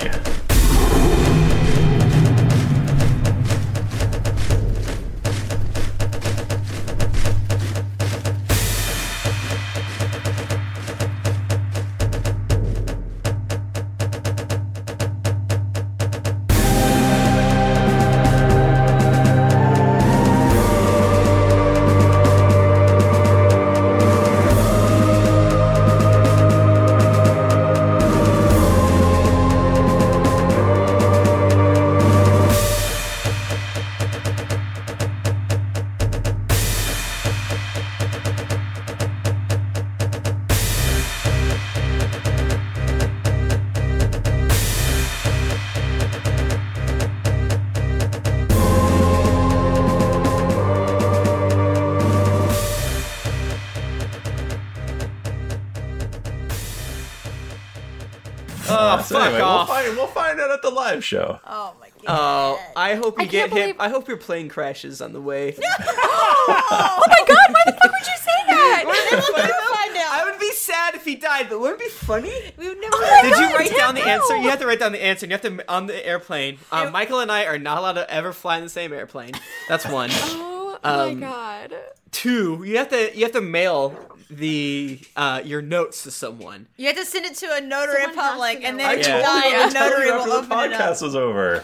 Oh,
Uh, so anyway, We'll find, we'll find out at the live show.
Oh my
Oh, I hope you
I
get
can't
him. I hope your plane crashes on the way.
oh
my god, why the fuck
would you say that?
I would be sad if he died, but wouldn't it be funny?
We would never.
Did you write down the answer? You have to write down the answer. And you have to on the airplane. Uh, Michael and I are not allowed to ever fly in the same airplane. That's one.
Oh
Um,
my god.
Two, you have to you have to mail the uh, your notes to someone.
You have to send it to a notary public, and then
I
if you
told
die,
you, I
the
told
notary
you
will
After the
open it up.
podcast was over.